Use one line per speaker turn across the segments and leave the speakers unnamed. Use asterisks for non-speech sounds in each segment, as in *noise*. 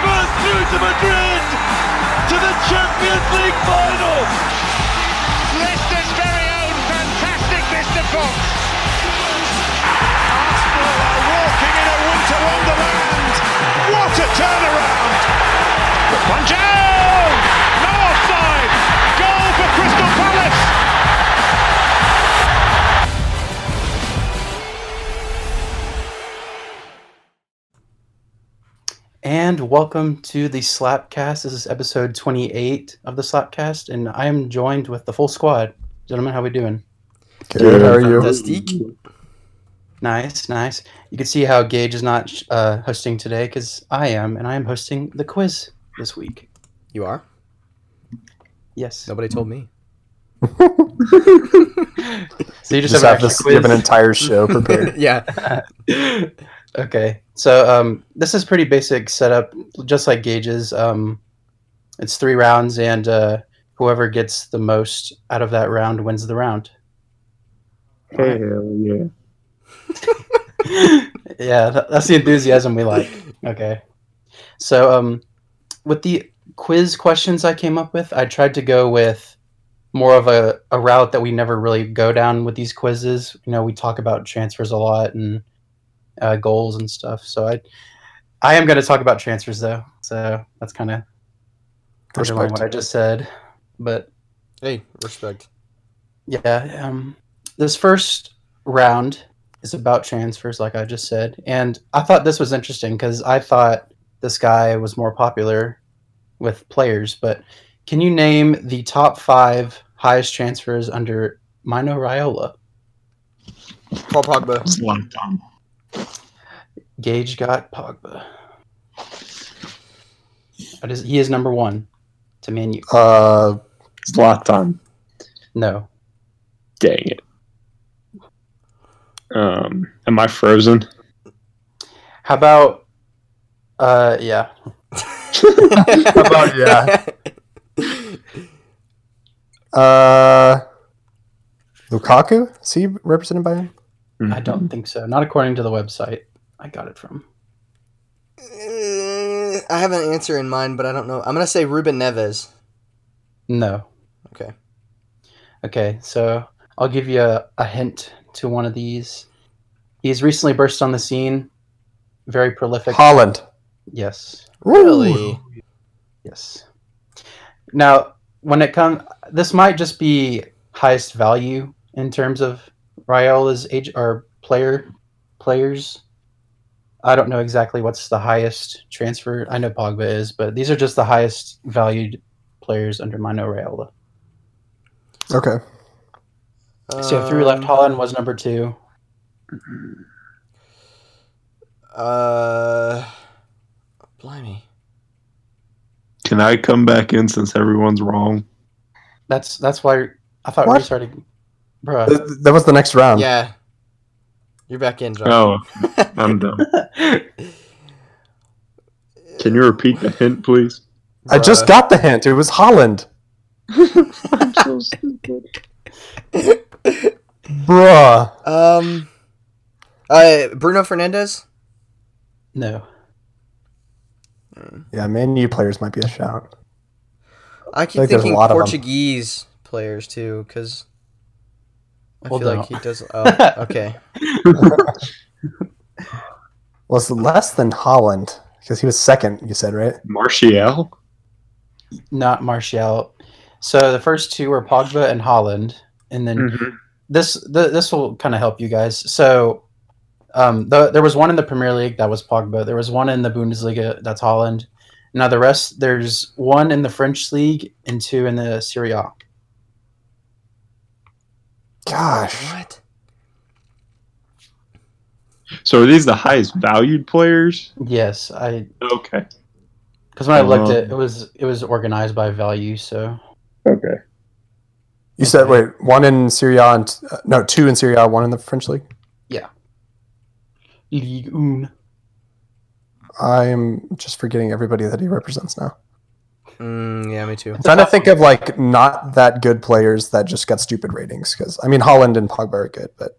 to Madrid to the Champions League final.
Leicester's very own fantastic Mr. Fox. Arsenal are walking in a winter wonderland. What a turnaround! The punch out! No offside! Goal for Crystal Palace!
And welcome to the Slapcast. This is episode 28 of the Slapcast, and I am joined with the full squad. Gentlemen, how we doing?
Good, how are you?
Fantastic.
Nice, nice. You can see how Gage is not sh- uh, hosting today because I am, and I am hosting the quiz this week.
You are?
Yes.
Nobody told me.
So you just,
Just
have,
have
an
this
extra
you have an
quiz.
entire show *laughs* prepared.
*laughs* Yeah.
*laughs* okay. So um, this is pretty basic setup, just like Gage's. Um, it's three rounds, and uh, whoever gets the most out of that round wins the round.
Hell yeah.
yeah, tha- that's the enthusiasm we like. Okay. So, um, with the quiz questions I came up with, I tried to go with more of a, a route that we never really go down with these quizzes. You know, we talk about transfers a lot and uh, goals and stuff. So I, I am going to talk about transfers though. So that's kind of
Respect.
what I just said. But
Hey, respect.
yeah, um, this first round is about transfers, like I just said, and I thought this was interesting because I thought this guy was more popular with players. But can you name the top five highest transfers under Mino Raiola?
Paul Pogba.
Zlatan.
Gage got Pogba. That is- he is number one to Manu.
*laughs*
Uh,
Zlatan.
No,
Dang it. Um, am I frozen?
how about? Uh, yeah,
How
about- yeah. uh, Lukaku? Is he represented by him?
I don't think so. Not according to the website I got it from.
Uh, I have an answer in mind, but I don't know. I'm going to say Ruben Neves.
No.
Okay.
Okay, so I'll give you a, a hint to one of these. He's recently burst on the scene. Very prolific.
Holland.
yes.
Really?
Yes. Now, when it comes, this might just be highest value in terms of Raiola's age or player players. I don't know exactly what's the highest transfer. I know Pogba is, but these are just the highest valued players under Mino Raiola.
Okay.
So through
Um,
left Holland was number two.
Um, Uh, blimey.
Can I come back in since everyone's wrong?
That's that's why I thought we
What?
started, bro.
Th- That was the next round.
Yeah. You're back in, John.
Oh, I'm done. *laughs* Can you repeat the hint, please?
I just got the hint. It was Holland.
I'm so stupid.
Bruh.
Um, uh, Bruno Fernandez?
No,
Yeah, man, you players might be a shout.
I
I
keep
think there's a
thinking
lot of 'em.
Portuguese players too, because I
Well,
feel
no.
like he does. Oh, okay.
Was less than Holland because he was second, you said, right?
Martial?
not Martial. So the first two were Pogba and Holland, and
Hmm.
then this th- this will kind of help you guys. So, um, the, there was one in the Premier League that was Pogba. There was one in the Bundesliga that's Holland. Now the rest, there's one in the French league and two in the Serie A.
Gosh.
What?
So are these the highest valued players?
Yes, I
Okay.
because when I looked
Um.
at it was it was organized by value. So
Okay.
You said, wait, one in Syria and uh, no, two in Syria, one in the French league?
Ligue 1.
I'm just forgetting everybody that he represents now.
Mm, yeah, me too.
I'm trying to think of like not that good players that just got stupid ratings because I mean Holland and Pogba are good, but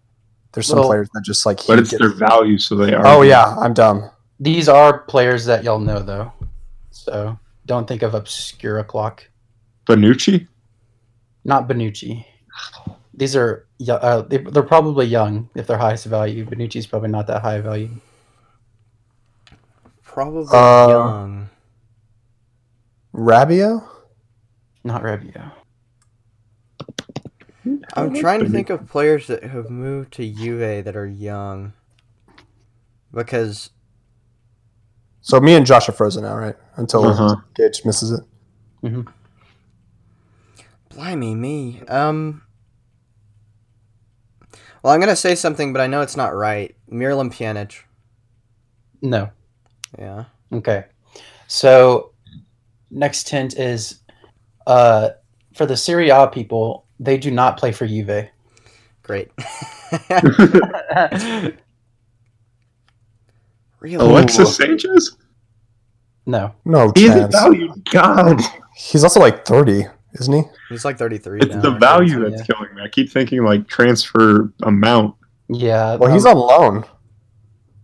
there's some
Well-
players that just like.
But
he
it's
gets-
their value, so they are.
oh yeah, I'm dumb.
These are players that y'all know though. So don't think of obscure o'clock.
Bonucci?
Not Benucci. These are yo- uh, they- they're probably young if they're highest value. Benucci's probably not that high value.
Probably
Uh,
young.
Rabio?
Not Rabio.
I'm trying to think of players that have moved to UA that are young. Because
So me and Josh are frozen now, right? Until
Uh-huh.
Gage misses it.
blimey me. Um Well, I'm gonna say something, but I know it's not right. Miralem Pjanic.
No.
Yeah.
Okay. So next hint is uh, for the Serie A people, they do not play for Juve.
Great. *laughs* really?
Alexis Sanchez?
no.
No
He's a
chance.
value god.
He's also like 30, isn't he?
He's like 33
It's
now.
the
or
value
something,
that's killing me. I keep thinking like transfer amount.
Yeah.
Well, he's on loan.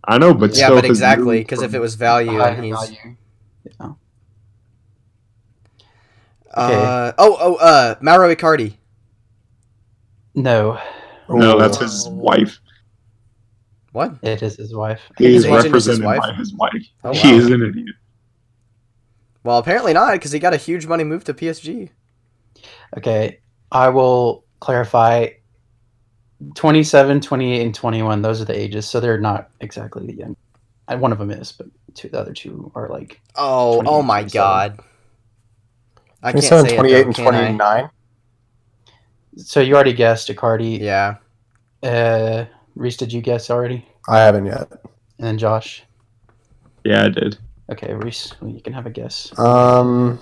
I know, but
Yeah,
still
but
his
exactly,
move
because if
from-
it was value, and he's uh, oh oh uh Mauro Icardi.
No,
no,
Ooh.
that's his wife.
What?
it is his wife.
He's
His agent is his
represented
wife?
by his wife.
Oh, wow.
He is an idiot.
Well, apparently not, because he got a huge money move to PSG.
Okay, I will clarify 27, 28, and 21. Those are the ages, so they're not exactly the young. I, one of them is, but two, the other two are like,
Oh, oh my
27.
god. I can't
27,
say
28,
it, though,
and
can I?
29.
so you already guessed Icardi.
Yeah.
Uh, Reese, did you guess already?
I haven't yet.
And then Josh.
Yeah, I did.
Okay, Reese, well, you can have a
*gasps*
guess.
Um.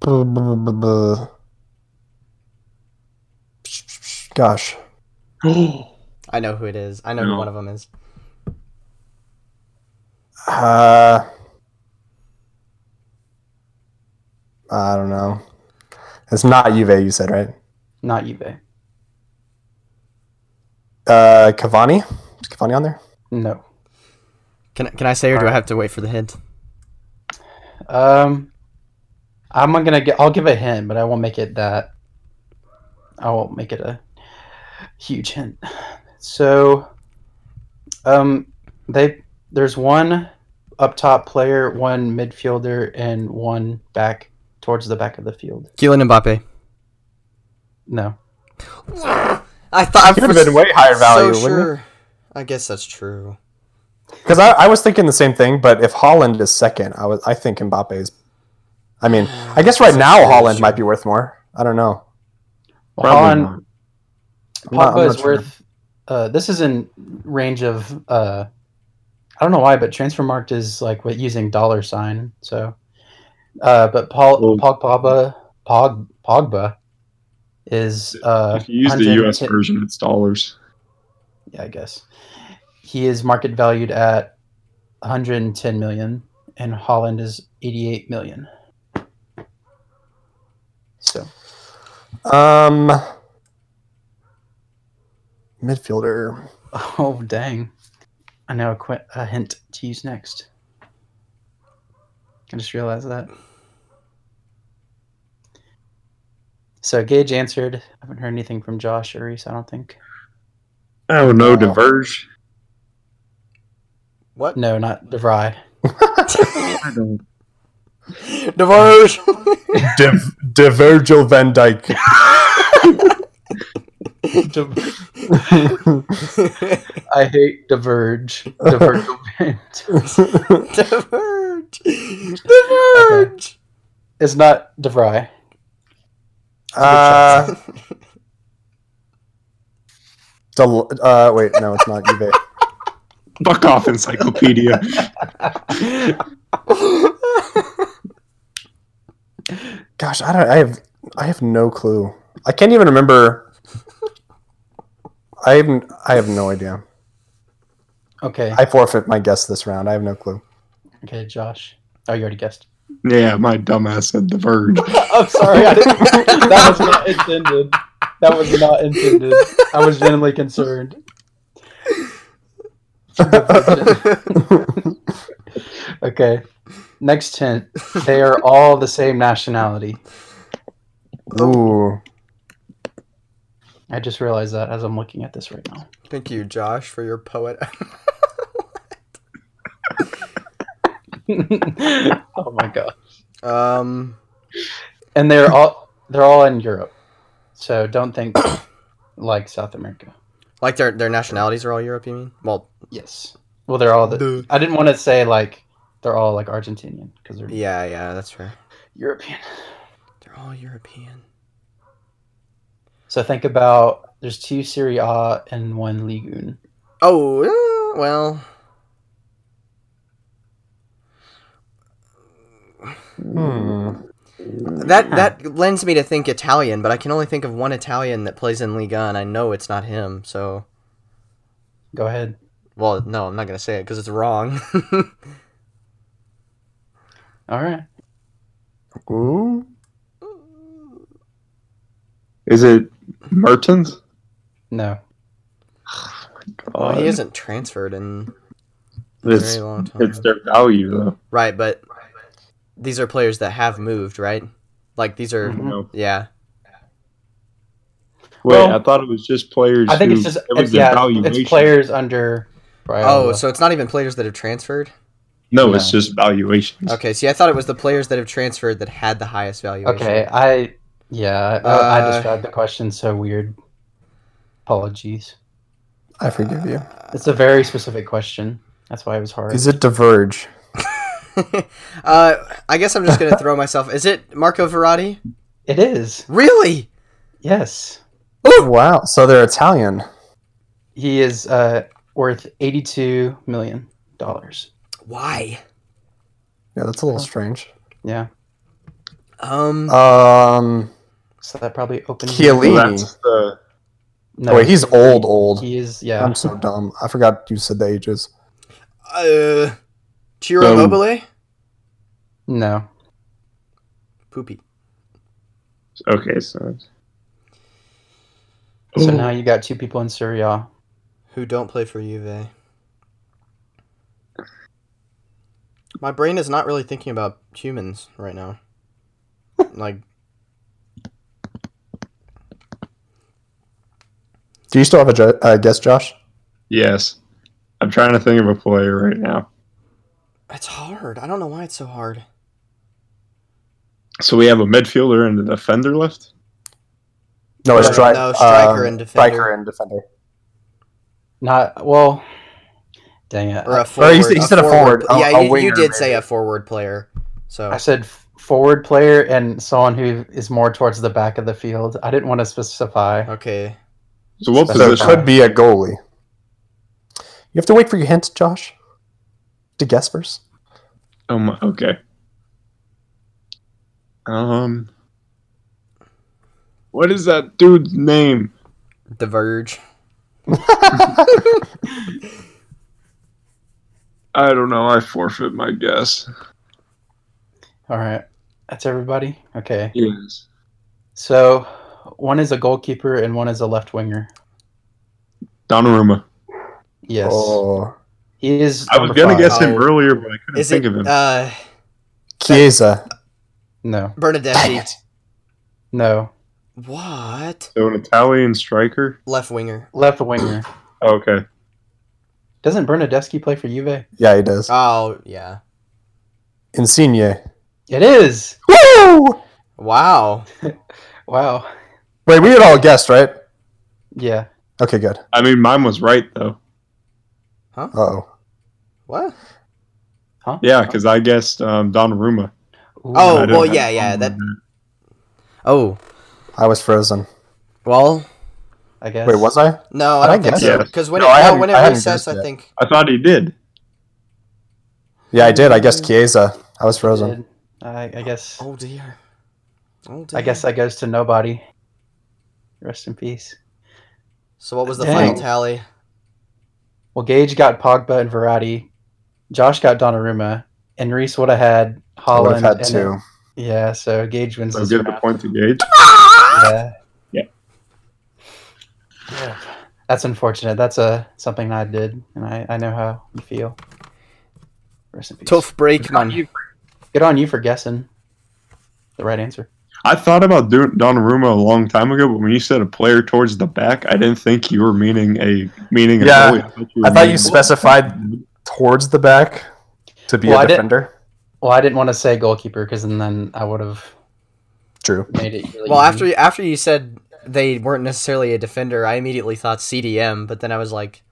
buh, buh, buh, buh, buh. Gosh,
I know who it is. I know
No.
who one of them is.
uh, I don't know. It's not Juve, you said, right?
Not Juve.
Uh, Cavani. Is Cavani on there?
No.
Can can I say, or do I have to wait for the hint?
Um, I'm not gonna. gi- I'll give a hint, but I won't make it that. I won't make it a huge hint. So, um, they there's one up top player, one midfielder, and one back towards the back of the field.
Kylian Mbappe.
No,
I thought I
Could have
was
been way higher value,
so
wouldn't it?
sure. I guess that's true.
Because I, I was thinking the same thing. But if Holland is second, I was I think Mbappe is. I mean, I guess right now Holland might be worth more. I don't know.
well,
Probably
Holland,
not.
I'm not-
Pogba
I'm not
is
sure.
worth. Uh, this is in range of. Uh, I don't know why, but Transfermarkt is like what using dollar sign. So, uh, but Paul
Well-
Pogba Pog Pogba is uh,
If you use the
110
U.S. version, it's dollars.
Yeah, I guess he is market valued at 110 million, and Holland is 88 million. So
Um, midfielder.
Oh dang! I know a, qu- a hint to use next. I just realized that. So Gage answered. I haven't heard anything from Josh or Reese. I don't think.
Oh no,
Wow.
diverge.
*sighs*
*laughs*
What? *laughs*
No, not Devry.
*laughs*
Divorce.
Div- Divergil Van Dyke. *laughs*
I hate Diverge. Diverge.
*laughs*
Diverge. Diverge.
it's not Devry.
uh, Del- uh, wait, no, it's not eBay.
Fuck off, encyclopedia.
*laughs* Gosh, I don't. I have. I have no clue. I can't even remember. I haven't. I have no idea.
Okay.
I forfeit my guess this round. I have no clue.
Okay, Josh. Oh, you already guessed.
yeah, my dumbass said diverge.
I'm sorry. I didn't, *laughs* that was not intended. That was not intended. I was genuinely concerned. okay. Next hint. They
*laughs*
are all the same nationality.
Ooh.
I just realized that as I'm looking at this right now.
*laughs* *laughs* Thank you, Josh, for your poet. *laughs*
oh my god.
um,
And they're all they're all in Europe. So don't
*coughs*
think like South America.
like their their nationalities are all Europe. You mean? Well,
Yes. Well, they're all the
duh.
I didn't want to say like they're all like Argentinian because they're
yeah, yeah, that's fair.
European.
They're all European.
So think about there's two Serie A and one Ligue 1.
Oh eh, well,
Hmm.
that that lends me to think Italian, but I can only think of one Italian that plays in Liga, and I know it's not him. So,
Go ahead.
well, no, I'm not gonna say it because it's wrong. *laughs*
All right.
Ooh.
Is it Mertens?
No.
well, Oh, he
God,
isn't transferred in a
Uh, it's,
very long time.
it's their value though.
Right, but these are players that have moved, right? Like these are,
Mhm.
No.
yeah.
Wait,
Well,
I thought it was just players.
I think
who-
it's just
it
it's,
was
yeah,
evaluation.
it's players under
Oh,
Raiola.
so it's not even players that have transferred.
No, it's just valuations.
Okay, see, I thought it was the players that have transferred that had the highest valuation.
Okay, I yeah, I,
Uh,
I described the question so weird. Apologies.
I forgive you.
It's a very specific question. That's why it was hard.
Is it Diverge?
*laughs* uh, I guess I'm just gonna throw myself. Is it Marco Verratti?
it is.
Really?
Yes.
Oh, Wow. So they're Italian.
He is uh, worth 82 million dollars.
Why?
Yeah, that's a little strange.
Yeah.
Uh,
Um,
Um,
So that probably opens
So
Chiellini.
that's the
No,
Oh, wait, he's old, old.
he is yeah.
I'm so dumb. I forgot you said the ages.
uh, Chiro
So-
Mobile.
No.
Poopy.
okay. So
So now you got two people in Syria.
Who don't play for Juve? My brain is not really thinking about humans right now. Like,
Do you still have a ju- uh, guess, Josh?
yes, I'm trying to think of a player right now.
It's hard. I don't know why it's so hard.
So we have a midfielder and a defender left.
No, it's
Uh,
Oh, stri-
no, striker and defender.
Striker Um, and defender.
Not well. Dang it.
Or a
Or
forward.
Oh, you said- you said a forward, a-
yeah,
a
you- you,
winger,
did say
maybe.
a forward player. So
I said f- forward player and someone who is more towards the back of the field. I didn't want to specify.
okay,
So what
So
So it
position?
could be a goalie. You have to wait for your hint, Josh, to guess first.
Oh my, okay. Um, what is that dude's name?
the Verge.
I don't know. I forfeit my guess.
All right. That's everybody. Okay.
Yes.
So one is a goalkeeper and one is a left winger.
Donnarumma.
Yes.
Oh,
He is.
I was
number
gonna
five.
guess him
Oh.
earlier, but I couldn't
Is
think
it
of him.
uh,
Chiesa.
No.
Bernadetti?
No.
What
so an Italian striker. Oh,
left winger?
Left winger.
Okay.
Doesn't Bernadeschi play for Juve?
Yeah, he
Uh.
does.
Oh yeah.
Insigne.
It is.
Woo!
Wow.
Wow.
Wait, we had all guessed, right?
Yeah.
Okay, good.
I mean, mine was right though.
Uh oh.
What?
Yeah, because I guessed um, Donnarumma.
Ooh.
Oh,
I didn't
well,
have
yeah, yeah,
Donnarumma.
that- Oh
I was frozen.
well.
I guess.
Wait, was I?
No, I
I
don't think
guess.
so.
Yeah.
Because when
No,
it,
I
no,
hadn't-
when it
I hadn't
resets,
guessed
I
yet.
think
I thought he did.
Yeah, I did. I
Mm.
guessed Chiesa. I was frozen.
I, I guess.
Oh dear. Oh dear.
I guess that goes to nobody. Rest in peace.
So what was the
Dang.
final tally?
Well, Gage got Pogba and Verratti. Josh got Donnarumma. And Reese would have had
I would
Holland.
have
and-
had two.
Yeah, so Gage wins
So
this
give the
round.
point to Gage.
Yeah.
Yeah.
Yeah. That's unfortunate. That's a something I did, and I, I know how you feel. Rest in peace.
break, man.
You-
Good on you for guessing the right answer.
I thought about Do- Donnarumma a long time ago, but when you said a player towards the back, I didn't think you were meaning a meaning.
Yeah,
a goalie. thought you, were
I thought you
meaning-
specified towards the back to be
Well, I
a
did-
defender.
Well, I didn't want to say goalkeeper because then I would have
True.
made it. Really
Well,
easy.
after after you said they weren't necessarily a defender, I immediately thought CDM, but then I was
*laughs*
like,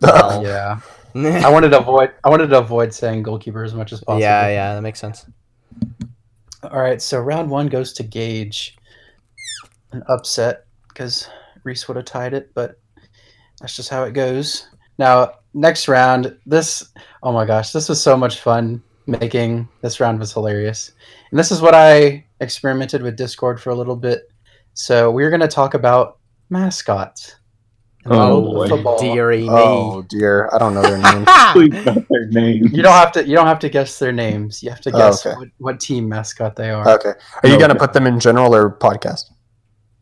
well, yeah,
yeah, I
*laughs* yeah,
wanted to avoid. I wanted to avoid saying goalkeeper as much as possible.
yeah, that makes sense.
All right, so round one goes to Gage. An upset because Reese would have tied it, but that's just how it goes. Now, next round, this, oh my gosh, this was so much fun making. This round was hilarious. And this is what I experimented with Discord for a little bit. So we're going to talk about mascots. in the
Oh,
world of
boy.
football.
Deary
Oh
me.
dear, I don't know
*laughs*
their name.
Please not their name.
You don't have to. You don't have to guess their names. You have to
Oh,
guess
okay. Uh,
what, what team mascot they are.
Okay. Are you
No,
gonna
no.
put them in general or podcast?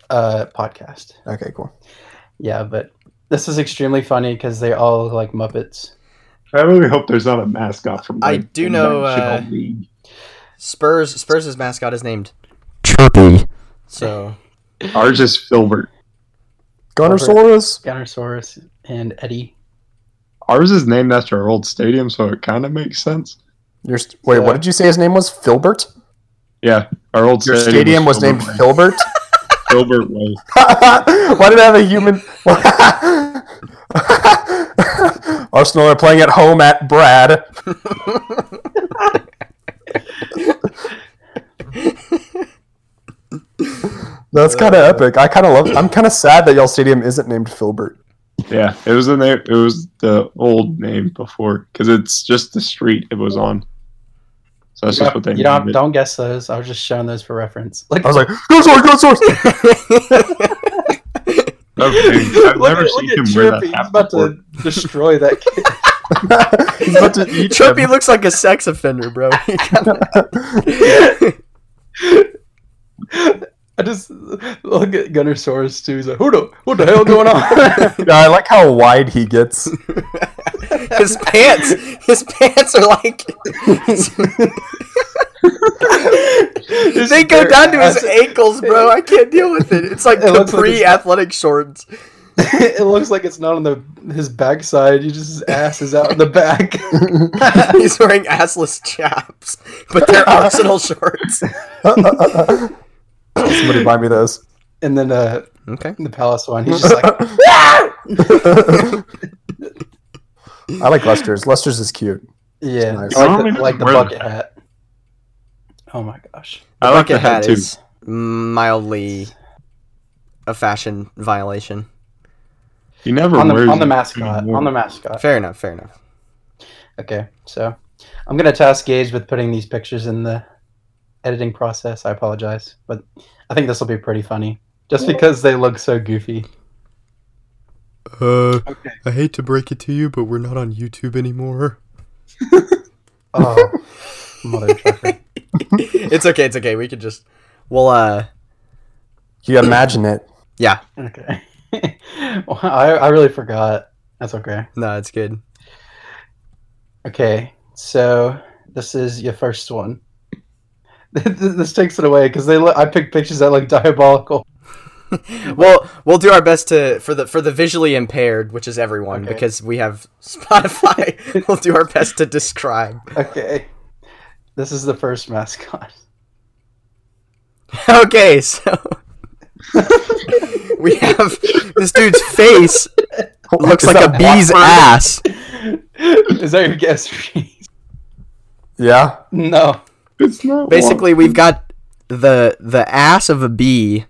Uh, podcast.
Okay, cool.
Yeah, but this is extremely funny because they all look like Muppets.
I really hope there's not a mascot from.
I
like,
do
the
know,
National
uh,
League.
Spurs Spurs' mascot is named Chirpy. So
ours is Filbert.
Gunnersaurus.
Gunnersaurus and Eddie.
Ours is named after our old stadium, so it kind of makes sense.
Your st- wait, what did you say his name was? Filbert.
Yeah, our old
Your stadium was named
Filbert
*laughs* Filbert.
Way. Filbert Way.
*laughs* Why did I have a human? *laughs* Arsenal are playing at home at Brad. That's kind of epic. I kind of love. I'm kind of sad that y'all stadium isn't named Filbert.
Yeah, it was the name. It was the old name before because it's just the street it was on. So that's
you
just what they
don't, you don't,
named it.
don't guess those. I was just showing those for reference. Like,
I was like, good source, good source.
*laughs* Okay, Oh, I've
*laughs* look
never
at-
seen
look at
him wear that
Chirpy. He's
hat
about
before.
to destroy that kid.
*laughs*
*laughs* He's
*laughs*
about to eat
Chirpy
him.
looks like a sex offender, bro. *laughs*
I just look at Gunnersaurus too. He's like, who the, what the hell going
*laughs*
on?
E- *laughs* Yeah, I like how wide he *laughs* gets.
his pants, his pants are like they go down to his ankles, bro. I can't deal with it. It's
*laughs*
like
It looks like
capri
it's-
athletic shorts.
*laughs* it looks like it's not on the his backside. You just his ass is out in the
*laughs*
back.
He's wearing assless chaps, but
*laughs*
they're Arsenal shorts.
Somebody buy me those.
and then uh,
Okay.
the palace one, he's just like,
I like Lester's. Lester's is cute.
yeah,
Nice.
I
Why don't
like the, like
we just
the
wear the
bucket hat. Oh my gosh.
I like the hat too.
is mildly a fashion violation.
He never
on the,
wears
on the
it
mascot.
anymore.
On the mascot.
Fair enough. Fair enough.
Okay, so I'm gonna task Gage with putting these pictures in the editing process. I apologize, but I think this will be pretty funny, just because they look so goofy.
Uh,
Okay.
I hate to break it to you, but we're not on YouTube anymore. *laughs*
*laughs* Oh, mother trucker.
It's okay. It's okay. We could just. Well, uh,
You gotta imagine it.
yeah.
Okay. *laughs* well, I I really forgot. That's okay.
No, it's good.
Okay, so this is your first one. *laughs* this takes it away because they look, I picked pictures that look *laughs* diabolical.
Well, we'll do our best to for the for the visually impaired, which is everyone,
Okay.
because we have *laughs* Spotify. *laughs* we'll do our best to describe.
*laughs* Okay, this is the first mascot. *laughs*
Okay, so *laughs* we have this dude's face looks
Is
like a
that
bee's
Watford?
ass.
is that your guess? Reese?
Yeah.
no.
It's not
Basically, we've got the the ass of a bee,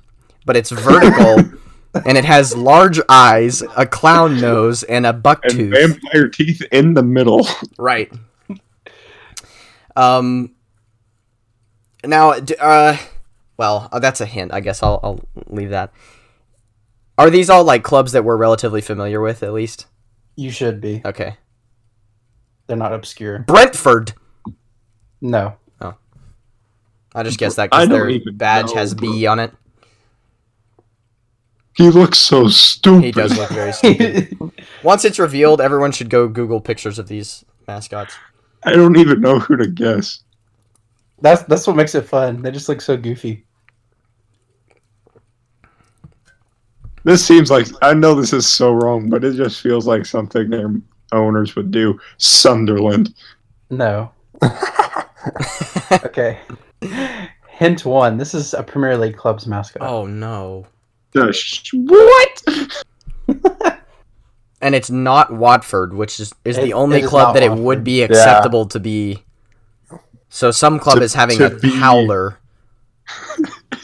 but
*laughs*
it's vertical and it has large eyes, a clown nose, and a buck
and
tooth.
vampire teeth in the middle. *laughs*
Right. Um. Now, d- uh, well, uh, that's a hint. I guess I'll I'll leave that. Are these all like clubs that we're relatively familiar with, at least?
You should be.
Okay.
They're not obscure.
Brentford.
No. *laughs*
I just guessed that
I
because
don't
their
even
badge
know,
has
bro.
B on it.
He looks so stupid.
He
*laughs*
does look very stupid. Once it's revealed, everyone should go Google pictures of these mascots.
I don't even know who to guess.
That's that's what makes it fun. They just look so goofy.
This seems like I know this is so wrong, but it just feels like something their owners would do. Sunderland.
*laughs*
No. okay. Hint one. This is a Premier League club's mascot.
Oh no.
The sh- what? *laughs*
And it's not Watford, which is, is
It-
the only
it is
club
not
that it
Watford.
would be acceptable to be. So some club
To-
is having
to
a
be.
howler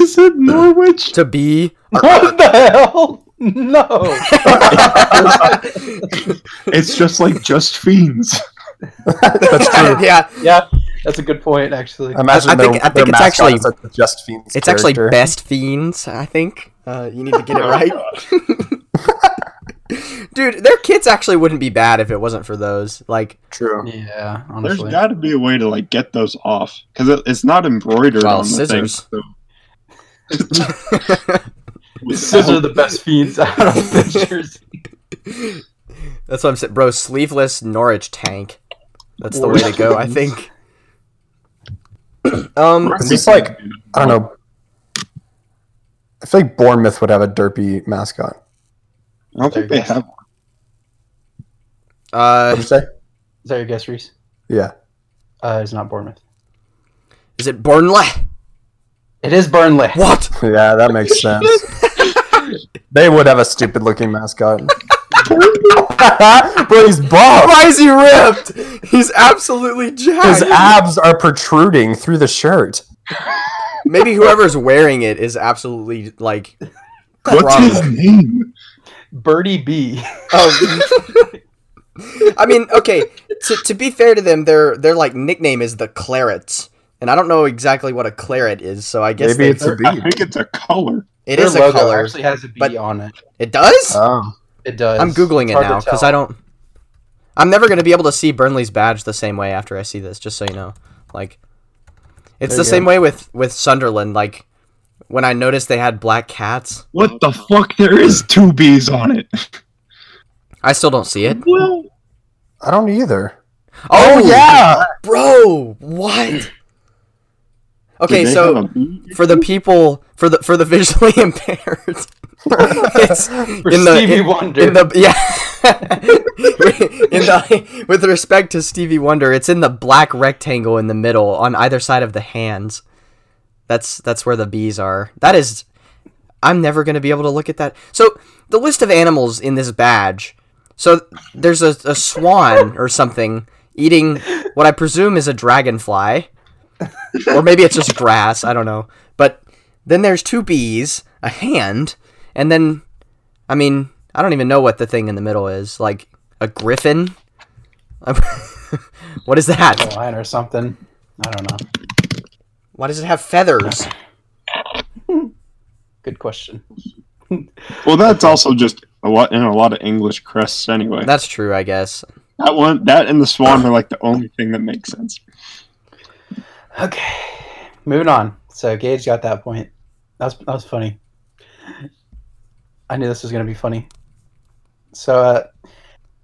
Is it *laughs* Norwich?
to be.
*laughs* What the hell? No.
It's just like just fiends.
That's true.
yeah,
yeah, that's a good point actually.
*laughs*
Imagine
I- I
their,
think- I
their
think it's
mascot
actually-
is like the Just Fiends.
it's
character.
actually best fiends. I think uh, you need to get it right, *laughs* dude. Their kids actually wouldn't be bad if it wasn't for those. Like,
True.
yeah,
There's
honestly.
got to be a way to like get those off because it, it's not embroidered
Well,
on
scissors.
the thing. So.
Scissors are the best fiends out
*laughs*
of pictures.
That's what I'm saying, bro. Sleeveless Norwich tank. That's the way to go, I think. um,
It's just like I don't know. I feel like Bournemouth would have a derpy mascot.
I don't think they have. one.
uh,
What'd you say?
Is that your guess, Reese?
Yeah.
Uh, it's not Bournemouth.
is it Burnley?
It is Burnley.
What?
Yeah,
*laughs*
that makes sense. they would have a stupid looking
*laughs*
mascot. but he's buff.
Why is he ripped? He's absolutely
His
jacked.
abs are protruding through the shirt.
Maybe whoever's wearing it is absolutely like.
What's
crumbled.
his name?
Birdie B.
I mean, okay. To, to be fair to them, their their like nickname is the Clarets, and I don't know exactly what a claret is, so I guess
Maybe
they,
it's a
I
bee.
think it's a color.
it is
Their
a
logo
color.
Actually, has a B
but-
on it.
It does.
Oh.
It does.
I'm googling
It's
it
hard to
now because
tell.
I don't. I'm never gonna be able to see Burnley's badge the same way after I see this. Just so you know, like, it's the
you
same way with with Sunderland. Like, when I noticed they had black cats,
What the fuck? There is two bees on *laughs* it.
I still don't see it.
Well,
I don't either.
Oh,
yeah.
bro, what? *clears throat* Okay,
Did they
so
have a bee?
for the people for the *laughs* for the visually impaired it's in the
Stevie
in,
Wonder.
in the yeah *laughs* in the with respect to Stevie Wonder it's in the black rectangle in the middle on either side of the hands that's that's where the bees are that is I'm never going to be able to look at that so the list of animals in this badge so there's a, a swan or something eating what I presume is a dragonfly or maybe it's just grass. I don't know. But then there's two bees, a hand, and then, I mean, I don't even know what the thing in the middle is. Like a griffin. *laughs* what is that?
line or something. I don't know.
Why does it have feathers?
Good question.
Well, that's also just a lot in a lot of English crests anyway. That,
That's true, I guess.
one, that and the swan are like the only thing that makes sense.
Okay, moving on. So Gage got that point. That's that was funny. I knew this was gonna be funny. So uh,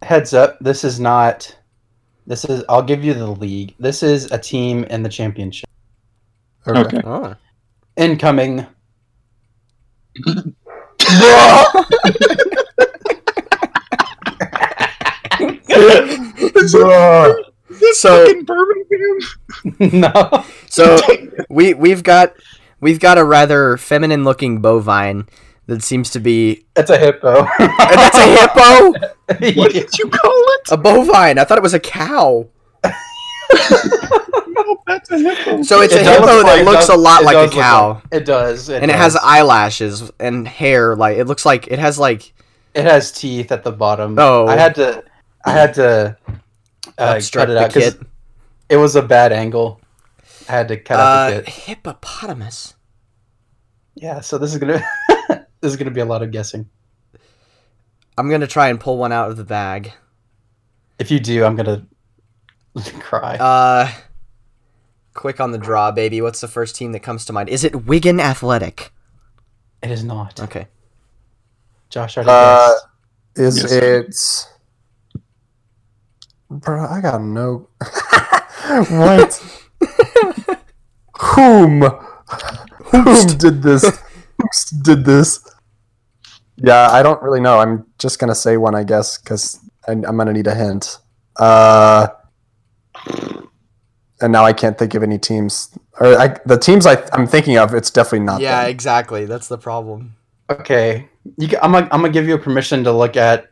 heads up, this is not. This is. I'll give you the league. This is a team in the championship.
Okay.
Okay.
Oh.
Incoming. *laughs*
Bruh.
So,
Fucking Birmingham.
no.
so we we've got we've got a rather feminine looking bovine that seems to be.
It's a hippo. *laughs*
And that's a hippo.
What did you call it?
A bovine. I thought it was a cow.
No, that's a hippo.
So it's a
It
hippo
does look
that
it
looks
does-
a lot
it
like
does
a
look
cow.
like- it does.
and it
does.
has eyelashes and hair like it looks like it has like
It has teeth at the bottom.
Oh.
I had to. I had to uh,
obstruct
cut it
the
out because
kid
it was a bad angle. I had to cut out
uh,
the kit.
hippopotamus
Yeah, so this is gonna *laughs* this is gonna be a lot of guessing.
i'm gonna try and pull one out of the bag
If you do, I'm gonna *laughs* cry.
uh quick on the draw baby what's the first team that comes to mind is it wigan athletic
it is not.
okay
Josh already
Uh,
guessed.
Yes.
Is it? *laughs* Bro, I got no. what? whom whom did this Who's did this yeah i don't really know i'm just gonna say one i guess because i'm gonna need a hint uh and now i can't think of any teams or I, the teams I, i'm thinking of it's definitely not
yeah,
them.
exactly. That's the problem.
Okay, you ca I'm gonna I'm gonna give you permission to look at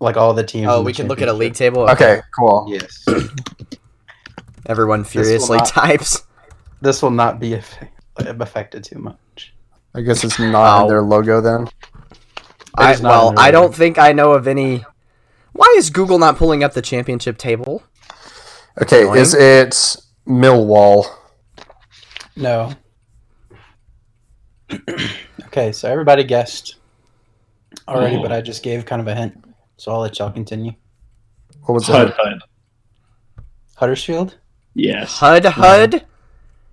like all the teams.
Oh,
in the
we can look at a league
championship.
table.
okay cool
Yes,
Everyone
will
furiously *laughs*
not-
types.
*clears throat* this will not be aff- *laughs* affected too much.
i guess it's not
Ow.
in their logo then
I,
is not
well,
in there,
I
is
don't
it?
think I know of any. Why is Google not pulling up the championship table?
okay
Annoying.
is it millwall
No. *clears throat* okay, so everybody guessed already,
Oh.
but I just gave kind of a hint, so I'll let y'all continue.
what was
HUD
it
HUD.
Huddersfield.
Yes.
HUD HUD.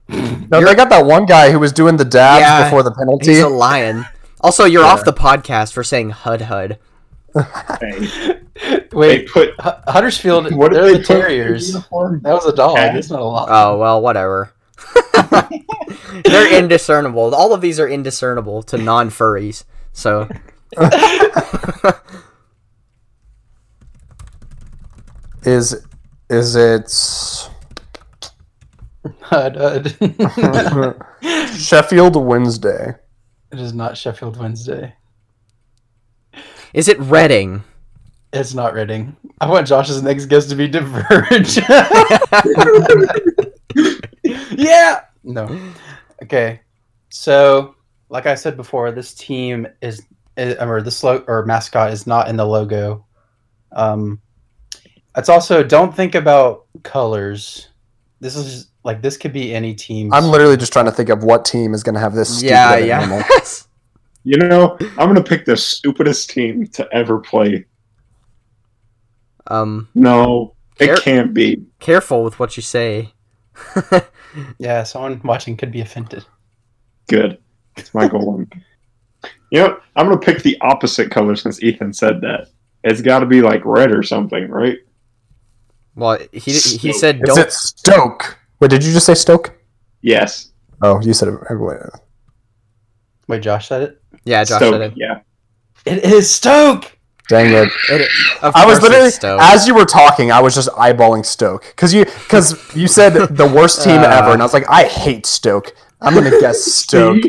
no they got that one guy who was doing the dabs
Yeah,
before the penalty
He's a lion. Also, you're off the podcast for saying HUD HUD.
*laughs* Hey, They
Wait,
put
H- Huddersfield.
*laughs* what did
they're
they
the
put in their
Terriers.
uniform?
That was a dog.
Cat?
It's not a lot. *laughs*
Uh,
Oh well, whatever. *laughs* They're indiscernible. All of these are indiscernible to non-furries. So
is
*laughs*
is it
Hud, Hud.
Sheffield Wednesday.
*laughs* it is not Sheffield Wednesday.
is it Reading?
It's not Reading. I want Josh's next guess to be Diverge. *laughs* yeah. No. Okay. So, like I said before, this team is, is or the slow or mascot is not in the logo. Um, it's also don't think about colors. This is like this could be any team.
I'm literally just trying to think of what team is going to have this. stupid
Yeah,
of an
yeah.
animal.
You know, I'm gonna pick the stupidest team to ever play.
*laughs* um,
No,
Care-
it can't be.
careful with what you say.
yeah. Someone watching could be offended.
Good. It's my
*laughs*
goal. you know, I'm gonna pick the opposite color since Ethan said that. It's got to be like red or something, right?
Well, he he said
Is
don't.
it Stoke? Wait, did you just say Stoke?
Yes.
Oh, you said it. Wait,
Wait, Josh said it.
yeah, Josh
Stoke,
said it.
Yeah.
It is Stoke.
Dang it!
It- of
I was
course it's
literally
Stoke.
as you were talking, I was just eyeballing Stoke because you because you said the worst
*laughs*
team
Uh.
ever, and I was like, I hate Stoke. I'm gonna
*laughs*
guess Stoke,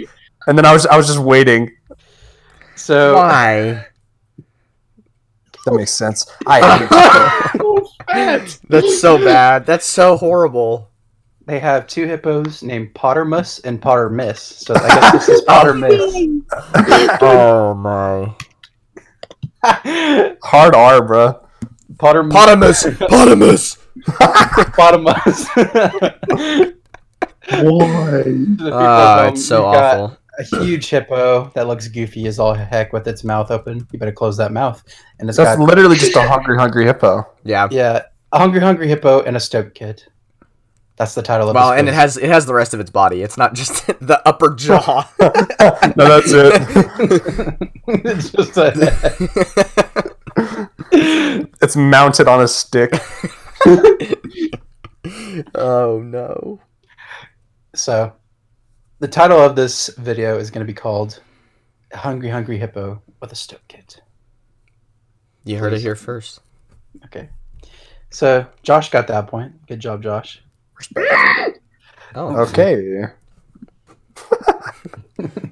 and then I was I was just waiting.
So
*laughs*
why *laughs*
That makes sense. I
*laughs*
hate Stoke.
that's so bad. That's so horrible.
They have two hippos named Pottermus and Pottermiss. So I guess this is *laughs* Pottermiss.
Oh my.
hard R, bro.
Potterm-
Potamus. Potamus.
*laughs* Pottermus. *laughs*
Why?
Oh, it's so
You've got
awful.
A huge hippo that looks goofy as all heck with its mouth open. You better close that mouth. And it's
That's
got
literally just a hungry,
*laughs*
hungry hippo.
Yeah.
yeah, a hungry, hungry hippo and a Stoke kid. That's the title of
Well,
this
and it
quiz.
has it has the rest of its body. It's not just *laughs* the upper jaw.
No, that's it.
*laughs* it's just a,
It's mounted on a stick.
*laughs* oh no.
so. The title of this video is going to be called "Hungry, Hungry Hippo with a Stoke Kid."
You heard it here first.
So Josh got that point. Good job, Josh.
Oh.
Okay.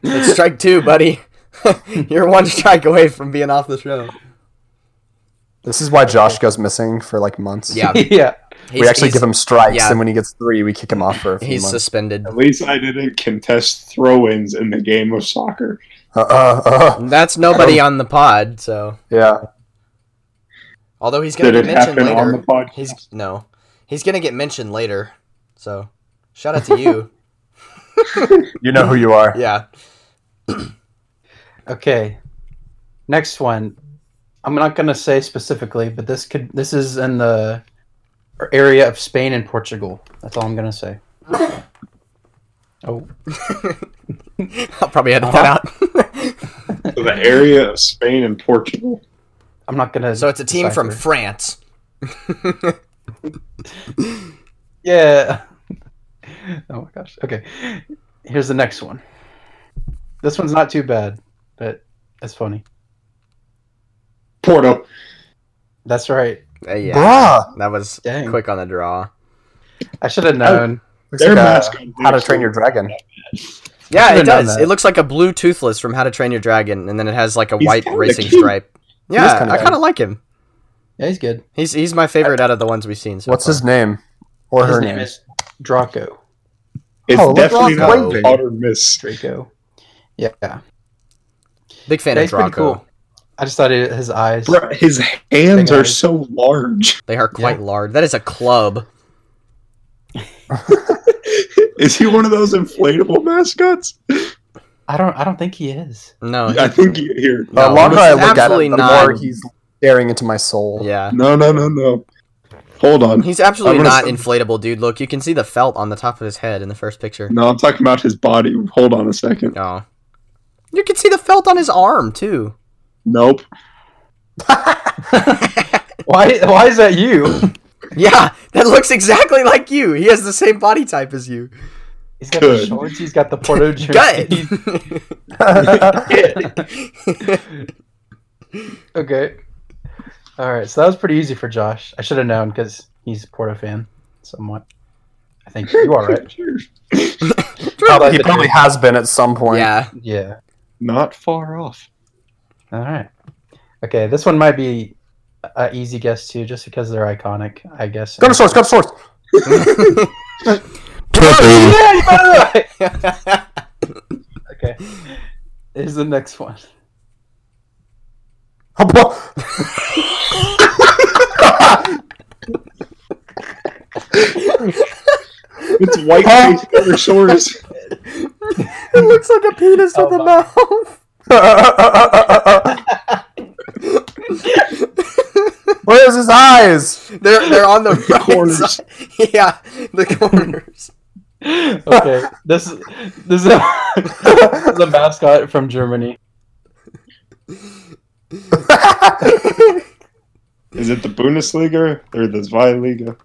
It's strike two, buddy. *laughs* You're one strike away from being off the show.
This is why Josh goes missing for like months.
Yeah.
*laughs* yeah.
He's,
We actually
he's-
give him strikes,
yeah.
and when he gets three, we kick him off for a few
He's
months.
suspended.
At least I didn't contest throw-ins in the game of soccer.
Uh, uh, uh,
That's nobody on the pod. So,
yeah.
although he's gonna
Did it
get mentioned
happen
later.
on the podcast?
He's
*laughs*
no. He's gonna get mentioned later. So, shout out to *laughs* you.
You know who you are.
yeah.
Okay. Next one. I'm not gonna say specifically, but this could this is in the area of Spain and Portugal. That's all I'm gonna
*coughs*
say. Oh,
I'll probably edit that out.
So the area of Spain and Portugal.
I'm not gonna.
so it's a team from
decipher.
France.
yeah. *laughs* Oh my gosh. Okay. Here's the next one. This one's not too bad, but it's funny.
Porto.
That's right.
Uh, yeah,
Bruh.
that was
Dang.
quick Oh. on the draw.
I should have known.
Looks
Their
like a
mascot.
How to Train Your Dragon.
Yeah,
should've
it
known
does.
that.
It looks like a blue toothless from How to Train Your Dragon, and then it has like a
He's
white
kinda
racing
cute.
stripe. Yeah,
kinda
I kind of like him.
Yeah, he's good.
He's he's my favorite out of the ones we've seen. So
What's
far.
his name? Or
His
her
name
name?
is Draco.
It's
Oh, look,
definitely
Ross
not
Whitby.
a Potter miss.
Draco. Yeah. yeah
Big fan of
he's pretty
Draco.
cool. I just thought it, his eyes.
Bruh, his hands are so large. *laughs*
They are quite large. That is a club.
Is he one of those inflatable mascots?
I don't. I don't think he
*laughs*
is.
No,
I think you here.
No,
the longer
this
I
is
look at
absolutely
him, the
not.
more he's staring into my soul.
yeah,
No, no, no, no. Hold on.
he's absolutely
I'm gonna
not
send-
inflatable, dude. Look, you can see the felt on the top of his head in the first picture.
No, I'm talking about his body. Hold on a second.
No, you can see the felt on his
*laughs*
arm too.
Nope.
Why? Why is that you?
Yeah, that looks exactly like you. He has the same body type
*laughs*
as you.
He's got the
Good.
shorts. He's got the Porto jersey. *laughs*
Gut.
okay. All right. So that was pretty easy for Josh. I should have known because he's a Porto fan, somewhat. I think you are right.
*laughs* Probably- he probably has been at some point.
yeah,
*laughs* Yeah.
*laughs* Not far off.
All right. Okay, this one might be an easy guess too, just because they're iconic, I guess. *laughs*
Go to source, go to source.
Yeah, you got it right! okay. Here's the next one. *laughs*
It's white face over shores.
it looks like a penis with a mouth.
Where's his
*laughs*
eyes?
*laughs* They're they're on the right
corners.
side. *laughs* Yeah, the corners.
Okay, this is this is a, this is a mascot from Germany.
Is it the Bundesliga or the Zweitliga?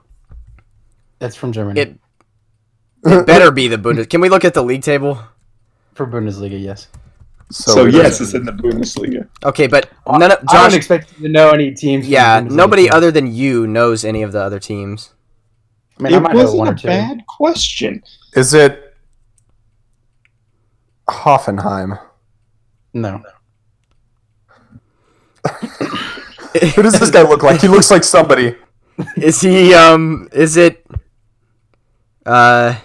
It's from Germany
It- *laughs* Better be the Bundes. Can we look at the league table?
for Bundesliga. Yes,
So, yes, it's in the Bundesliga.
Okay, but none
I
of
don't
Josh.
expect you to know any teams. from
Yeah,
the Bundesliga.
nobody other than you knows any of the other teams.
I mean, I might know one or two.
question.
Is it Hoffenheim?
No,
Who does this guy look like? He looks like somebody.
*laughs* Is he? Um, is it? Uh,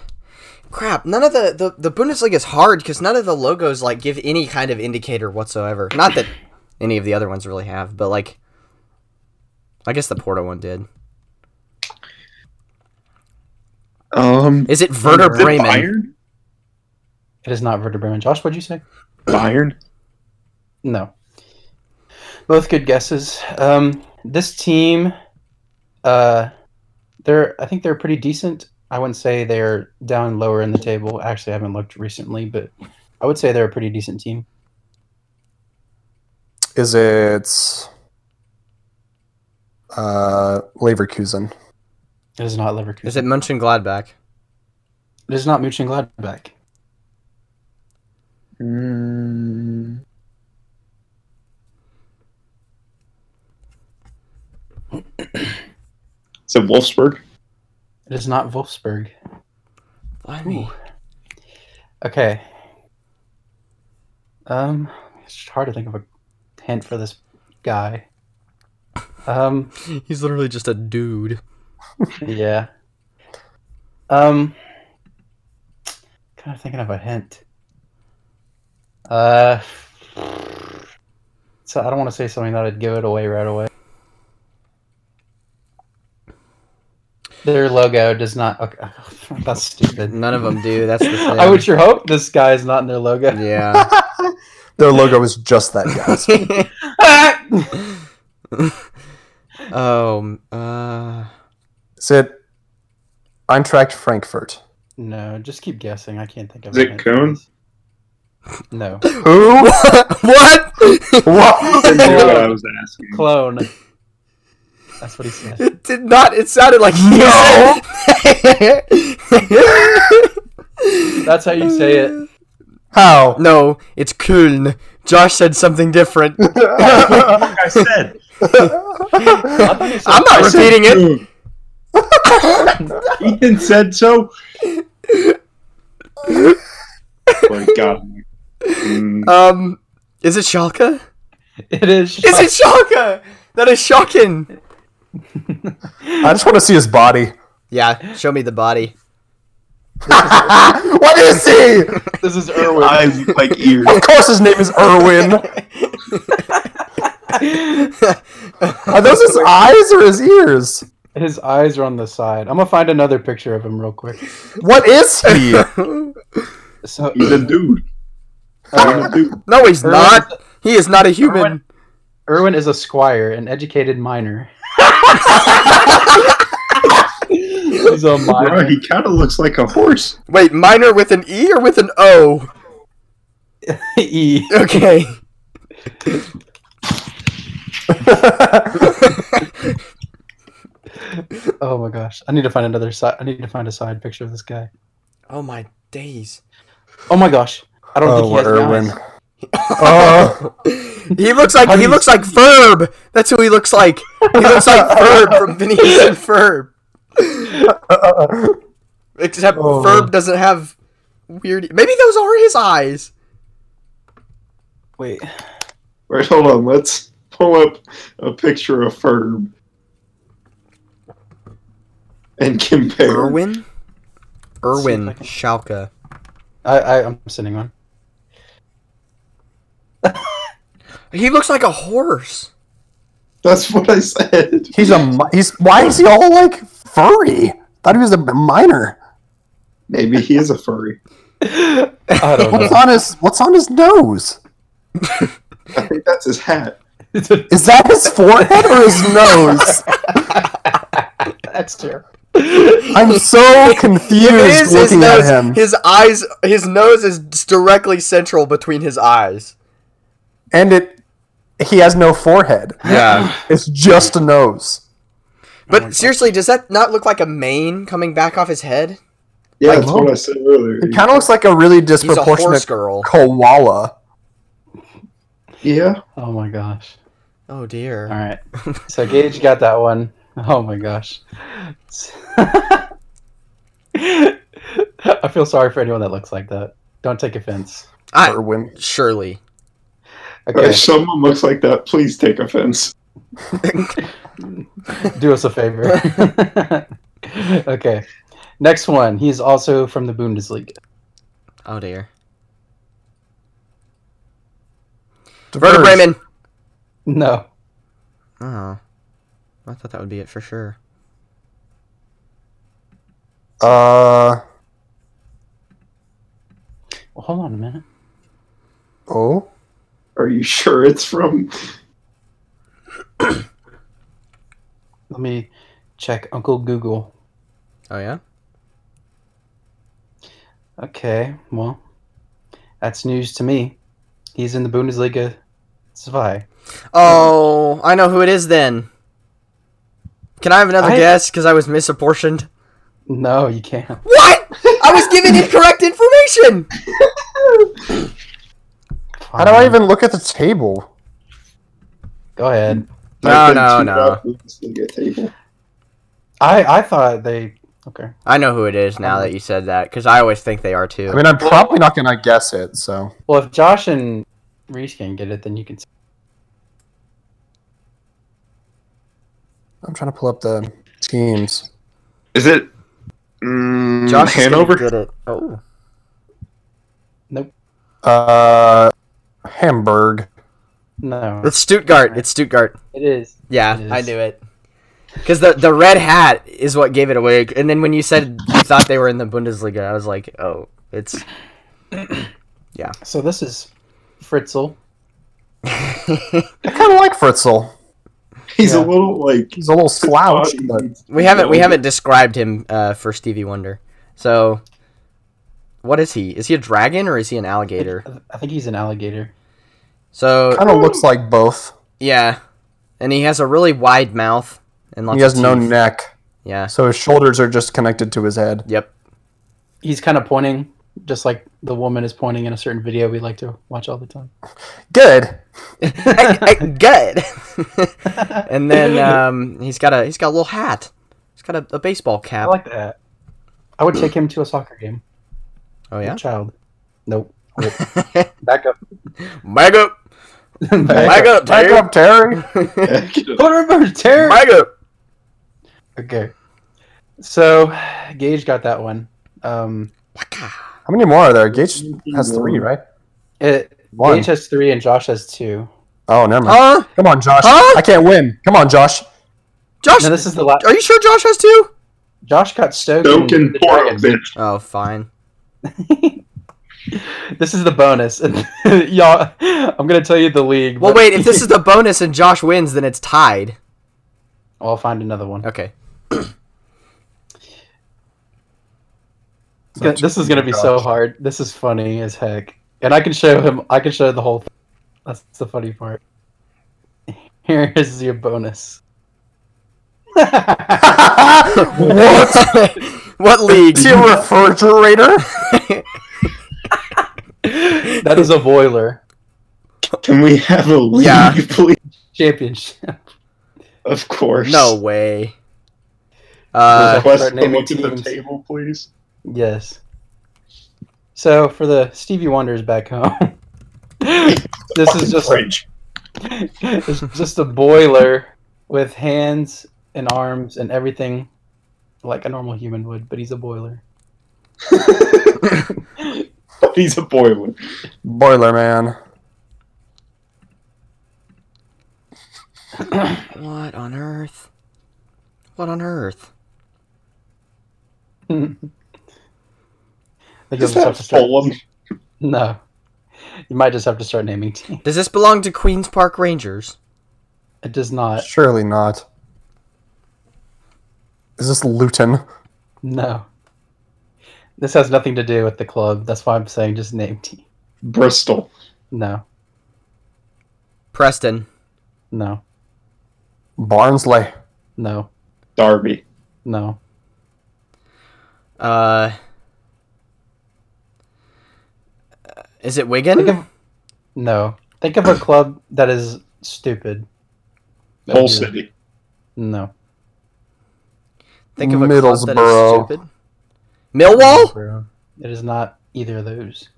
crap. None of the the, the Bundesliga is hard because none of the logos like give any kind of indicator whatsoever. Not that any of the other ones really have, but like, I guess the Porto one did.
Um,
Is it Werder
is it
Bremen?
Bayern?
it is not Werder Bremen. Josh, what'd you say?
Bayern?
No. Both good guesses. Um, this team, uh, they're I think they're pretty decent. I wouldn't say they're down lower in the table. Actually, I haven't looked recently, but I would say they're a pretty decent team.
Is it uh, Leverkusen?
It is not Leverkusen.
Is it Munchen Gladbach?
It is not Mönchengladbach.
Mm.
Is it Wolfsburg?
It is not Wolfsburg.
Blimey.
Okay. Um, it's hard to think of a hint for this guy. Um.
He's literally just a dude.
Yeah. Um. Kind of thinking of a hint. Uh. So I don't want to say something that would give it away right away. Their logo does not. Okay, *laughs* that's
*laughs*
stupid.
None of them do. That's *laughs* the thing.
I would sure hope this guy is not in their logo. *laughs*
Yeah. *laughs*
Their logo is just that guy's.
um. Uh.
Is it Eintracht Frankfurt?
no, just keep guessing. I can't think of.
Is
a
it
hint.
Kuhn?
No,
*laughs*
Who?
what?
I
what?
knew what I was
*laughs*
asking.
clone. That's what he said.
It did not. It sounded like no. *laughs*
That's how you say it.
How?
No, it's Köln. Josh said something different.
Like I said,
I thought you said-
I'm not repeating it.
*laughs* Ethan said so. My God. Mm,
Um, is it Schalke?
It is.
Is *laughs* it Schalke? That is shocking.
I just want to see his body. *laughs*
Yeah, show me the body.
What is he?
This is Irwin.
*laughs* eyes look like ears.
Of course, his name is Irwin. Are those his eyes or his ears?
*laughs* His eyes are on the side. I'm gonna find another picture of him real quick.
What is
E.
*laughs*
he? *laughs*
So
He's a dude. He's a dude.
No, he's
Irwin
not.
is
He is not a human.
Irwin is a squire, an educated miner. He's a
Bro,
miner.
he kind of looks like a horse.
Wait, minor with an E or with an O?
*laughs*
*laughs*
E.
Okay.
Oh my gosh, I need to find another side. I need to find a side picture of this guy.
*laughs* Oh my days.
Oh my gosh, I don't think he
Oh,
has
Irwin.
eyes.
Oh,
He looks like he looks like Ferb. That's who he looks like. He
*laughs*
looks like Ferb from Phineas and Ferb.
uh,
Except
Oh.
Ferb doesn't have weird. e-, Maybe those are his eyes.
Wait,
Right, hold on. Let's pull up a picture of Ferb and compare.
Irwin. Irwin
I can-
Schalke.
I, I I'm sending one.
He looks like a horse.
That's what I said.
he's a mi- he's. Why is he all like furry? Thought he was a miner.
Maybe he is a furry.
I don't
What's
know.
on his What's on his nose?
I think that's his hat.
It's a-
Is that his forehead or his
*laughs*
nose?
That's terrible.
I'm so
It
confused
is his
looking at
nose.
him.
His eyes. His nose is directly central between his eyes.
And it he has no forehead.
Yeah. Oh
It's just a nose.
But seriously, does that not look like a mane coming back off his head?
Yeah, that's what I said earlier.
It kind of looks like a really
He's a horse
disproportionate
girl.
koala.
Yeah.
Oh my gosh.
Oh dear.
All right. *laughs* So Gage got that one. Oh my gosh. *laughs* I feel sorry for anyone that looks like that. Don't take offense.
I-
Irwin.
surely.
Okay,
If
*laughs*
someone looks like that, please take offense.
do us a favor. *laughs* okay. Next one. He's also from the Bundesliga.
Oh dear. Werder Bremen.
No.
Oh. I thought that would be it for sure.
Uh
Well, hold on a minute.
oh.
Are you sure it's from?
Let me check Uncle Google.
Oh yeah.
Okay. Well, that's news to me. He's in the Bundesliga. Zwei.
Oh, I know who it is then. Can I have another
I-
guess? Because I was misapportioned.
No, you can't.
What? I was given incorrect *laughs* information.
How do I even look at the table?
Go ahead.
No,
I've been
no,
too
no.
up with this nigga table.
I I thought they okay.
I know who it is now that you said that, because Oh. I always think they are too.
I mean I'm probably not gonna guess it, so
Well, if Josh and Reese can get it, then you can.
I'm trying to pull up the teams.
Is it? Mm,
Josh is gonna
Hanover.
Get it. Oh.
Uh Hamburg.
No,
It's Stuttgart. It's Stuttgart.
it is.
Yeah,
It
I
is.
knew it. Because the the red hat is what gave it away. And then when you said you thought they were in the Bundesliga, I was like, oh, it's *laughs*
So this is Fritzl.
I kinda like Fritzl.
He's
Yeah.
a little like.
He's a little slouch,
body.
but
we haven't we
Yeah. *laughs*
haven't described him uh, for Stevie Wonder. So, what is he? Is he a dragon or is he an alligator?
I think he's an alligator.
So
kinda looks like both.
yeah, and he has a really wide mouth and lots
He has
of
no
teeth.
neck.
yeah.
So his shoulders are just connected to his head.
Yep.
He's kind of pointing just like the woman is pointing in a certain video we like to watch all the *laughs* time.
Good.
Good. *laughs* and then um, he's got a he's got a little hat. He's got a, a baseball
I
cap.
like that. I would take him to a soccer game.
oh yeah.
Child. *laughs* Nope. Wait. Back *laughs* up.
Mag up.
Back up.
up,
Back up, Terry.
Put her over Terry.
up.
Okay. So Gage got that one. Um,
How many more are there? Gage has three, right?
it,
One.
Gage has three and Josh has two.
Oh, never mind.
Huh?
Come on, Josh.
Huh?
I can't win. Come on, Josh.
Josh,
No, this is the last.
are you sure Josh has two?
Josh got Stoke.
Token
and the
for a
Dragons.
bitch.
Oh, fine.
This is the bonus, *laughs* and y'all. I'm gonna tell you the league.
Well,
but-
wait. If this is the bonus and Josh wins, then it's tied.
*laughs* I'll find another one.
Okay.
It's gonna- this is gonna be so hard. This is funny as heck, and I can show him. I can show the whole. thing. That's the funny part. Here is your bonus. *laughs*
what?
*laughs* *laughs* what league?
It's your refrigerator?
*laughs*
that is a boiler
Can we have a league,
Yeah.
*laughs* please?
championship. *laughs*
Of course.
No way. Uh,
Request
Start
from
naming
what's at the
teams.
table, please.
Yes. So for the Stevie Wonders back home, *laughs* this
Fucking
is just
*laughs*
French.
it's just a boiler with hands and arms and everything like a normal human would, but he's a boiler.
He's a boiler.
Boiler man.
what on earth? What on earth?
Like,
Is
you'll just
that
have to start-
Fulham?
No. You might just have to start naming teams.
Does this belong to Queens Park Rangers?
It does not.
Surely not. Is this Luton?
No. This has nothing to do with the club. That's why I'm saying just name team.
Bristol.
No.
Preston.
No.
Barnsley.
No.
Derby.
No.
Uh, uh, is it
Think
Wigan?
of No. Think of a club that is stupid.
Hull City.
No.
Think of a club that is
Middlesbrough.
stupid. Millwall.
It is not either of those.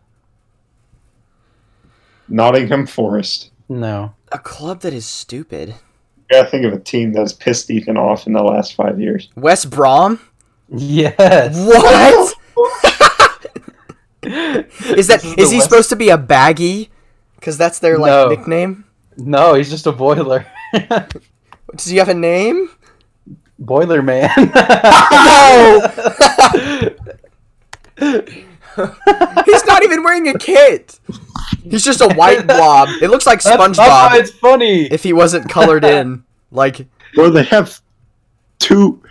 Nottingham Forest.
No.
A club that is stupid.
You gotta think of a team that's pissed Ethan off in the last five years.
West Brom.
Yes.
What is
*laughs*
that?
This is the
Is he
West-
supposed to be a baggy? Because that's their like
No.
nickname.
No, he's just a boiler. *laughs*
Does he have a name?
boiler man.
*laughs*
*laughs*
No. He's not even wearing a kit. He's just a
*laughs*
white blob. It looks like
That's why
SpongeBob
it's funny.
if he
*laughs*
wasn't colored in. Like
Or they have two.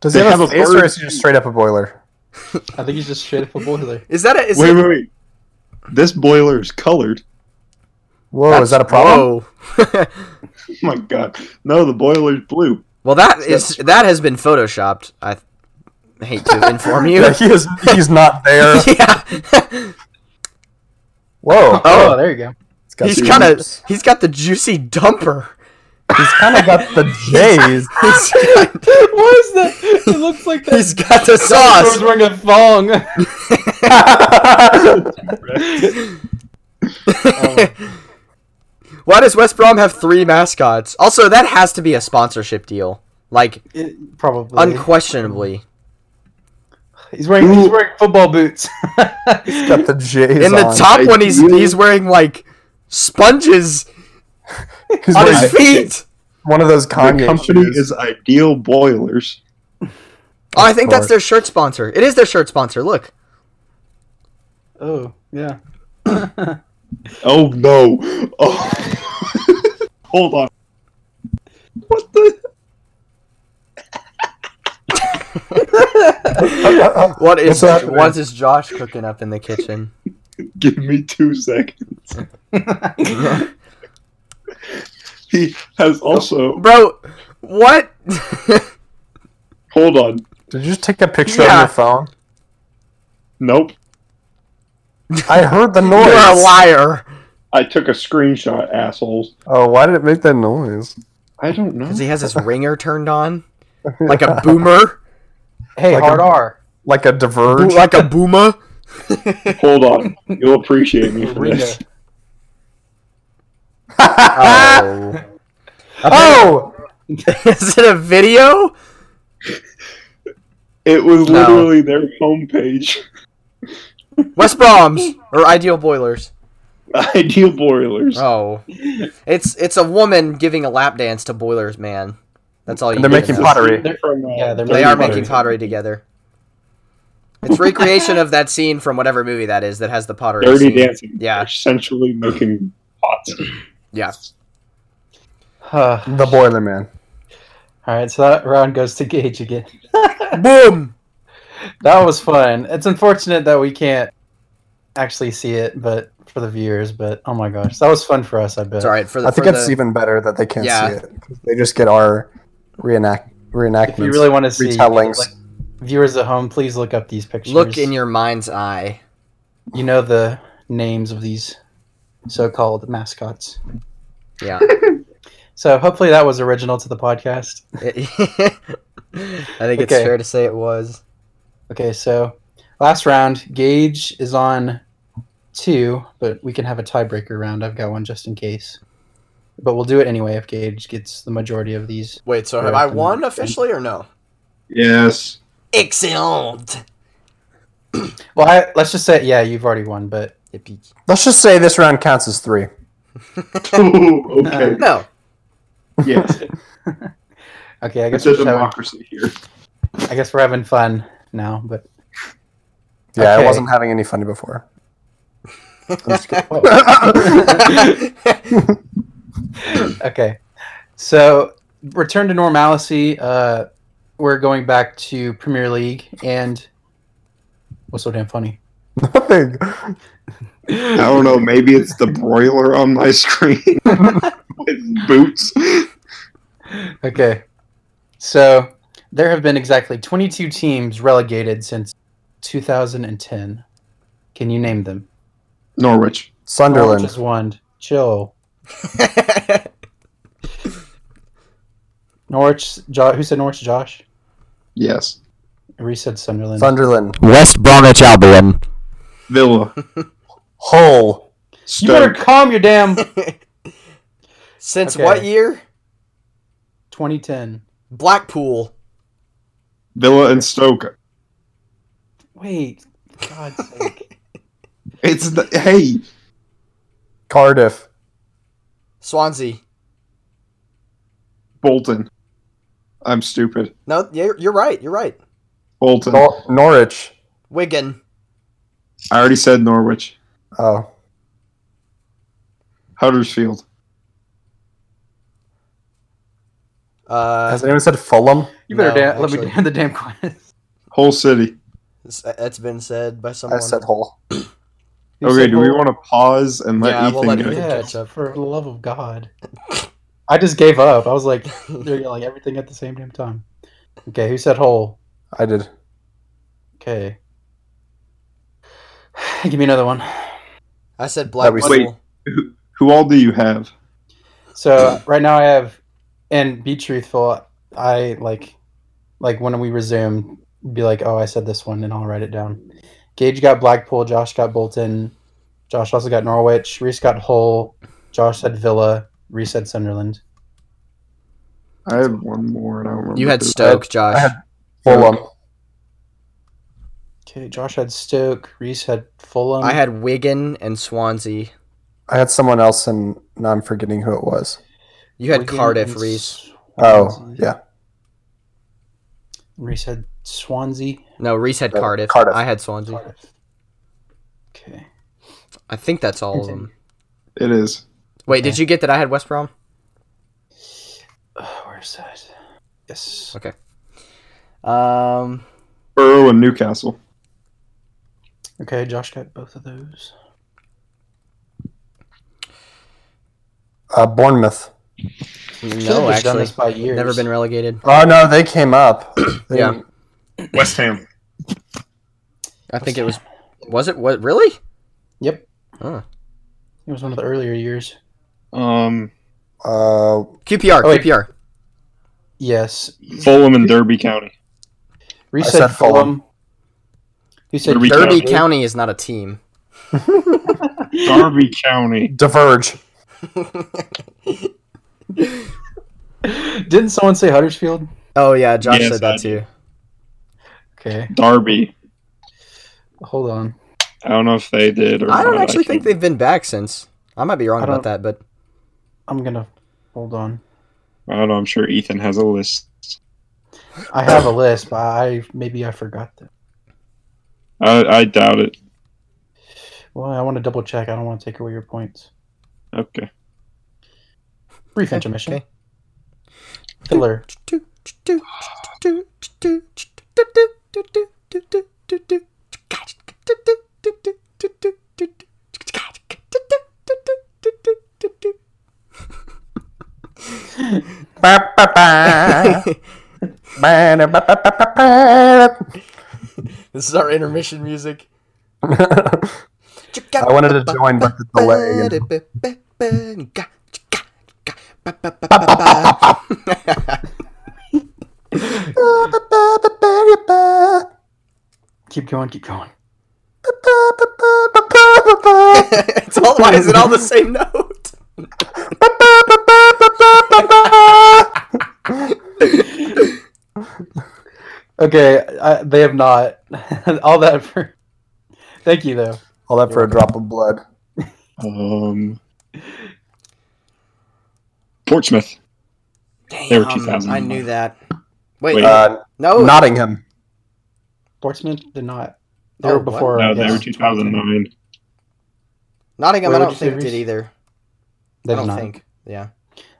Does
They
he have,
have a
a face or
bird.
is he just straight up a boiler?
I think he's just straight up a
*laughs*
boiler.
is that a is
Wait,
it-
wait, wait. This boiler is colored. *laughs*
Whoa,
that's-
is that a problem?
Whoa. *laughs*
Oh my god. No, the boiler's blue.
well, that is that has been photoshopped. I hate to inform you. *laughs*
*laughs* Yeah, he is, he's not there.
yeah. *laughs*
Whoa.
Oh, there you go.
It's got
He's
some-
kind of he's got the
*laughs*
juicy dumper.
he's kind of got the
*laughs*
J's.
He's got,
what is that? It looks like
*laughs*
that.
he's got the
He's
sauce.
wearing a thong. *laughs*
*laughs* Why does West Brom have three mascots? Also, that has to be a sponsorship deal. Like,
It- probably.
unquestionably.
he's wearing he's wearing football boots. *laughs*
He's got the J's
In the
on.
top one, he's,
Ideally-
he's wearing, like, sponges
He's
on
wearing
his feet.
one of those
The
Kanye
company
shoes.
is Ideal Boilers.
Oh, I think that's their shirt sponsor. It is their shirt sponsor. Look.
oh *sighs* yeah.
Oh no. Oh. *laughs* Hold on. What the?
*laughs* What is
*laughs* What's that?
what is Josh cooking up in the kitchen?
Give me two seconds.
*laughs*
he has also.
Bro, what?
Hold on.
Did you just take a picture
Yeah.
on your phone?
Nope.
*laughs*
I heard
*laughs*
the
You're a
noise.
liar.
I took a screenshot, assholes.
Oh, why did it make that noise?
I don't know.
Because he has his ringer turned on, like a boomer,
Hey,
Like a-
hard R.
Like a diverge?
like
*laughs*
a *laughs* boomer.
Hold on. You'll appreciate me for this.
oh. oh!
Uh, *laughs* Is it a video?
It was
No.
literally their homepage. *laughs*
West Brom's or Ideal Boilers?
Ideal boilers.
Oh, it's it's a woman giving a lap dance to Boilers man. That's all you.
And they're
need
making
to know.
pot- pottery.
They're from, uh,
Yeah, they're
They are making
pottery.
pottery together. It's recreation of that scene from whatever movie that is that has the pottery.
Dirty
scene.
dancing.
Yeah.
They're Essentially making pots.
Yeah.
Huh.
The Boiler Man.
All right, so that round goes to Gage again.
Boom.
That was fun. It's unfortunate that we can't actually see it, but for the viewers. But oh my gosh, that was fun for us. I bet.
It's all right for the.
I think
for
it's
the-
even better that they can't
Yeah.
see it. 'cause They just get our reenact reenactments.
If you really want to see,
retellings.
like, viewers at home, please look up these pictures.
Look in your mind's
*laughs*
eye. *laughs*
You know the names of these so-called mascots.
Yeah.
*laughs* So hopefully that was original to the podcast.
I think it's
Okay.
fair to say it was.
Okay, so last round, Gage is on two, but we can have a tiebreaker round. I've got one just in case. But we'll do it anyway if Gage gets the majority of these.
Wait, so
have I won officially
or no?
Yes. *laughs*
Excellent.
Well, I, let's just say, yeah, you've already won, but
Let's just say this round counts as three.
Oh,
*laughs*
okay.
*laughs*
*laughs*
No.
Yes.
okay, I guess,
It's a
we're having,
democracy here.
I guess we're having fun now. But
Yeah,
Okay.
I wasn't having any fun before.
oh, okay, so return to normalcy. Uh, we're going back to Premier League, and what's so damn funny?
Nothing.
I don't know. Maybe it's the broiler on
*laughs*
my screen with boots.
Okay. So there have been exactly 22 teams relegated since 2010. Can you name them?
Norwich.
Sunderland.
Just one. Chill. Norwich. Jo- who said Norwich? Josh.
Yes.
Reese said Sunderland.
Sunderland.
West Bromwich Albion.
Villa.
Hull.
you better
Stoke.
calm your damn.
Since
Okay.
what year?
2010.
Blackpool.
Villa and Stoke.
Wait. God's sake.
It's the hey.
Cardiff.
Swansea.
Bolton. I'm stupid.
No, you're, you're right. You're right.
Bolton.
Nor- Norwich.
Wigan.
I already said Norwich.
Oh.
Huddersfield.
Uh,
Has anyone said Fulham?
You better
No,
da- let
actually.
me down the damn quiz.
Whole city.
it's- that's been said by someone.
I said Hull.
Who
okay,
said
do we
Hull?
want to pause and let
Yeah,
Ethan
we'll let
go?
Ethan-
Yeah,
catch up?
for the love of God. I just gave up. I was like, *laughs* they're yelling everything at the same damn time. Okay, who said whole?
I did.
Okay. *sighs* Give me another one.
*laughs* I said
That'd be
Blackpool.
sweet. Who all do you have?
So right now I have, and be truthful. I like, like when we resume, be like, oh, I said this one, and I'll write it down. Gage got Blackpool. Josh got Bolton. Josh also got Norwich. Reese got Hull. Josh said Villa. Reese said Sunderland.
I have one more, and I don't remember.
You had
who-
Stoke, Josh.
I had- Fulham.
Okay, Josh had Stoke. Reese had Fulham.
I had Wigan and Swansea.
I had someone else, and now I'm forgetting who it was.
You had
Wigan
Cardiff,
and
Reese.
Oh,
Swansea.
yeah.
Reese had Swansea.
No, Reese had
Uh,
Cardiff.
Cardiff.
I had Swansea.
Cardiff. Okay. *sighs*
I think that's all of them.
It is.
Wait, did you get that I had West Brom?
Uh, where's that? Yes.
Um,
Borough and Newcastle.
Okay, Josh got both of those.
Uh, Bournemouth.
no,
Should've just done
actually,
this by years.
never been relegated.
Oh no, they came up. They-
Yeah.
West Ham.
I think it was. Was it what? Really?
Yep.
Huh.
It was one of the earlier years.
Um,
Uh,
QPR.
Oh, wait.
QPR.
Yes.
Fulham and Derby County.
Reset
said
Fulham. You said
Derby
Derby
County.
County is not a
*laughs*
team.
Derby County.
diverge.
*laughs* Didn't someone say Huddersfield?
Oh yeah, Josh
Yes,
said
I
that too.
Okay,
Derby.
hold on.
I don't know if they did or
I don't
not.
actually
can't-
think they've been back since. I might be wrong
I
about that, but
I'm gonna hold on.
I don't know. I'm sure Ethan has a list.
I
*laughs*
have a list, but I maybe I forgot that.
I, I doubt it.
Well, I want to double check. I don't want to take away your points.
Okay.
Brief intermission.
okay.
Filler.
*laughs* I
this is our intermission music.
wanted to join, but the delay.
Keep going. Keep going.
it's all, why is it all the same note?
Okay, I, they have not. *laughs* All that for. Thank you though.
All that for a drop of blood.
Um, Portsmouth.
Damn,
They were 2000.
I knew that. Wait,
Wait.
Uh,
Oh.
no,
Nottingham.
Portsmouth did not. They
Oh,
were before.
No,
us.
they were 2009.
Nottingham.
Wait,
I
what'd
don't
you say,
think did
Reese?
either.
They
I
did
don't
not.
think. Yeah.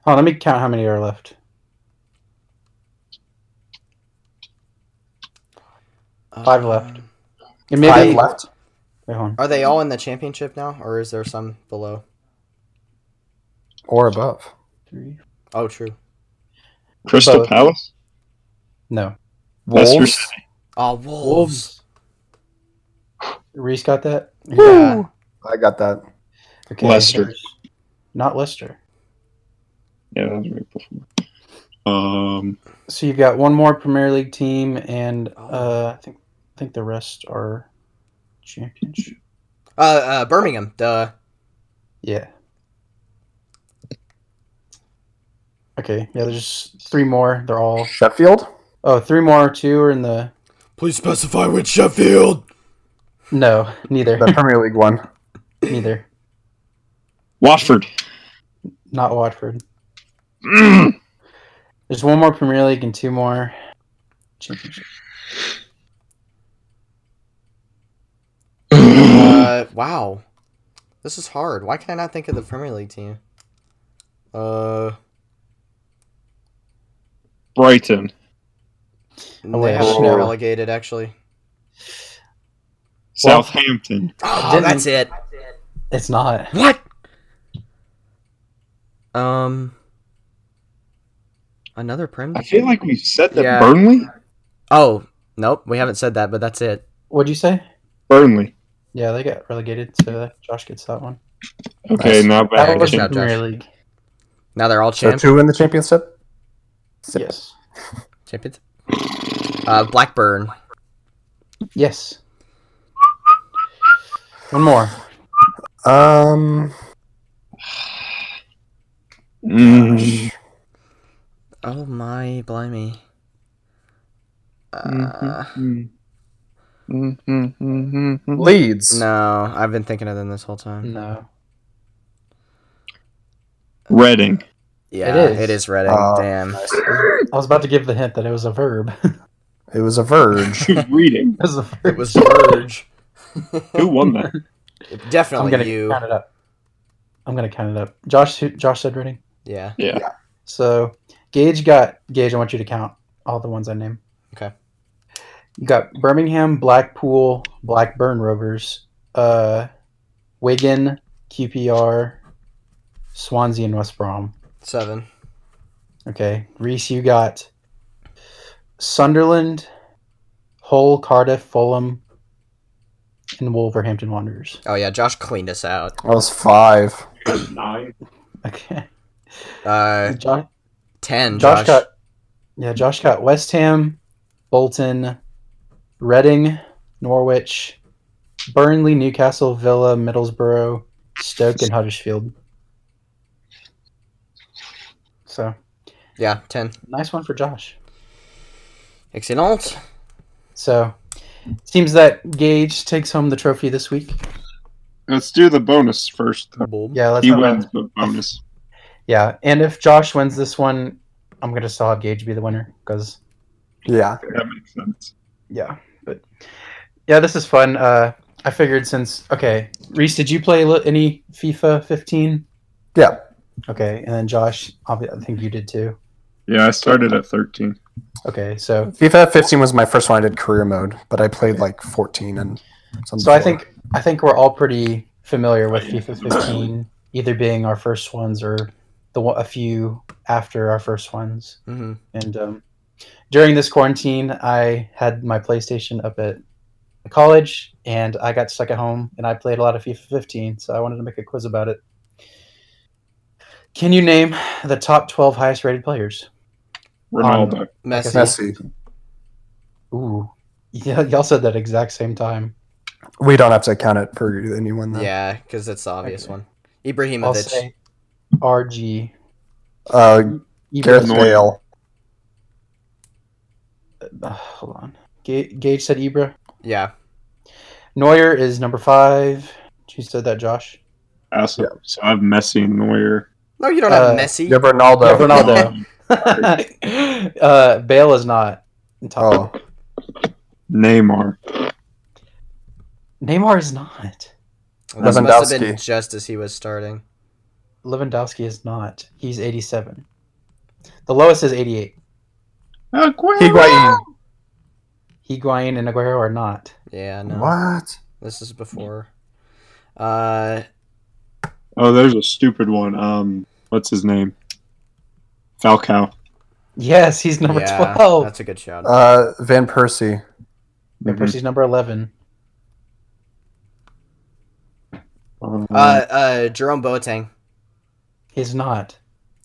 Hold on, let me count how many are left. Five left.
Um,
And maybe,
Five left.
Wait, hold on.
Are they all in the championship now, or is there some below?
Or above.
Three.
Oh, true.
Crystal
Both.
Palace.
No.
Leicester
Wolves.
City.
Oh, Wolves.
Reese got that?
Yeah.
I got that.
Okay.
Leicester.
there's- Not Leicester.
Yeah, that was right before. Um,
So you've got one more Premier League team, and uh, I think I think the rest are championship.
Uh, uh, Birmingham. Duh.
Yeah. Okay. Yeah, there's three more. They're all.
Sheffield.
Oh, three more. Two are in the.
Please specify which Sheffield.
No, neither.
The Premier League one.
*laughs* neither.
*clears throat* Watford.
Not Watford.
Mm.
There's one more Premier League and two more championship.
Uh, wow. This is hard. Why can I not think of the Premier League team? Uh,
Brighton.
they
wait,
haven't
no.
been relegated actually.
Southampton.
Oh, that's it.
It's not.
What? Um, another Prem.
I feel like we've said that.
Yeah.
Burnley?
Oh, nope. We haven't said that, but that's it.
What'd you say?
Burnley.
Yeah, they got relegated, so Josh gets that one.
Okay,
Nice.
now
Yeah,
That
back.
good
was
job,
Premier
Josh.
League.
Now they're all
So
champ.
two in the championship.
Yes.
champions. Uh, Blackburn.
Yes. One more.
Um.
Mm.
Oh my blimey. Uh,
Mm-hmm.
Mm. Mm, mm, mm, mm, mm.
Leeds.
No, I've been thinking of them this whole time.
No.
*laughs* Reading.
Yeah,
It is.
It is Reading.
Uh,
Oh,
Damn.
I was about to give the hint that it was a verb. *laughs* it
It was a verge.
Who's reading?
was a
It
verb.
was Verge.
Who won that?
*laughs*
Definitely
I'm gonna
you.
count it up. I'm gonna count it up. Josh, who- Josh said reading.
Yeah.
Yeah.
So Gage got Gage. I want you to count all the ones I named.
Okay.
You got Birmingham, Blackpool, Blackburn Rovers, uh, Wigan, QPR, Swansea, and West Brom.
Seven.
Okay, Reese, you got Sunderland, Hull, Cardiff, Fulham, and Wolverhampton Wanderers. *laughs*
Oh yeah, Josh cleaned us out.
I was five.
Nine.
Okay.
Uh,
Josh,
ten.
Josh
Josh,
got yeah, Josh got West Ham, Bolton, Reading, Norwich, Burnley, Newcastle, Villa, Middlesbrough, Stoke, and Huddersfield. So
yeah, ten.
nice one for Josh.
Excellent.
So seems that Gage takes home the trophy this week.
Let's do the bonus first. though.
Yeah, let's
He
not-
wins,
*laughs*
but bonus.
Yeah, and if Josh wins this one, I'm gonna still have Gage be the winner because
Yeah.
That makes sense.
yeah, but yeah, this is fun. Uh, I figured since okay, Reese, did you play li- any FIFA 15?
Yeah.
Okay, and then Josh, obvi- I think you did too.
Yeah, I started at 13.
Okay, so
FIFA 15 was my first one I did career mode, but I played like 14 and some
so I
before.
think I think we're all pretty familiar with FIFA 15, either being our first ones or the one- a few after our first ones.
Mm-hmm.
And um, during this quarantine, I had my PlayStation up at college, and I got stuck at home, and I played a lot of FIFA 15. So I wanted to make a quiz about it. Can you name the top 12 highest rated players?
Ronaldo.
Um,
Messi.
Messi.
Ooh, yeah, *laughs* y'all said that exact same time.
We don't have to count it for anyone. Though.
Yeah, because that's the obvious
Okay.
one.
I'll
Ibrahimovic.
say RG.
Uh, Gareth
Ibra.
Bale.
Uh, hold on. Ga- Gage said Ibra.
yeah.
Neuer is number five. She said that, Josh. *laughs*
Also, So I have Messi and Neuer. um,
No, you don't
Uh,
have Messi.
Yeah, Ronaldo.
Yeah, Ronaldo. uh, Bale is not in top.
*laughs* Oh,
Neymar.
Neymar is not.
Well, this must have been
Lewandowski.
just as he was starting.
Lewandowski is not. He's 87. The lowest is 88.
Aguero.
Higuain.
Higuain and Aguero are not.
Yeah, no.
What?
This is before. Uh,
Oh, there's a stupid one. Um, what's his name? Falcao.
Yes, he's number
yeah,
12.
that's a good shout.
Uh, Van Persie.
Mhm.
Van Persie's number 11.
Um,
uh, uh, Jerome Boateng.
He's not.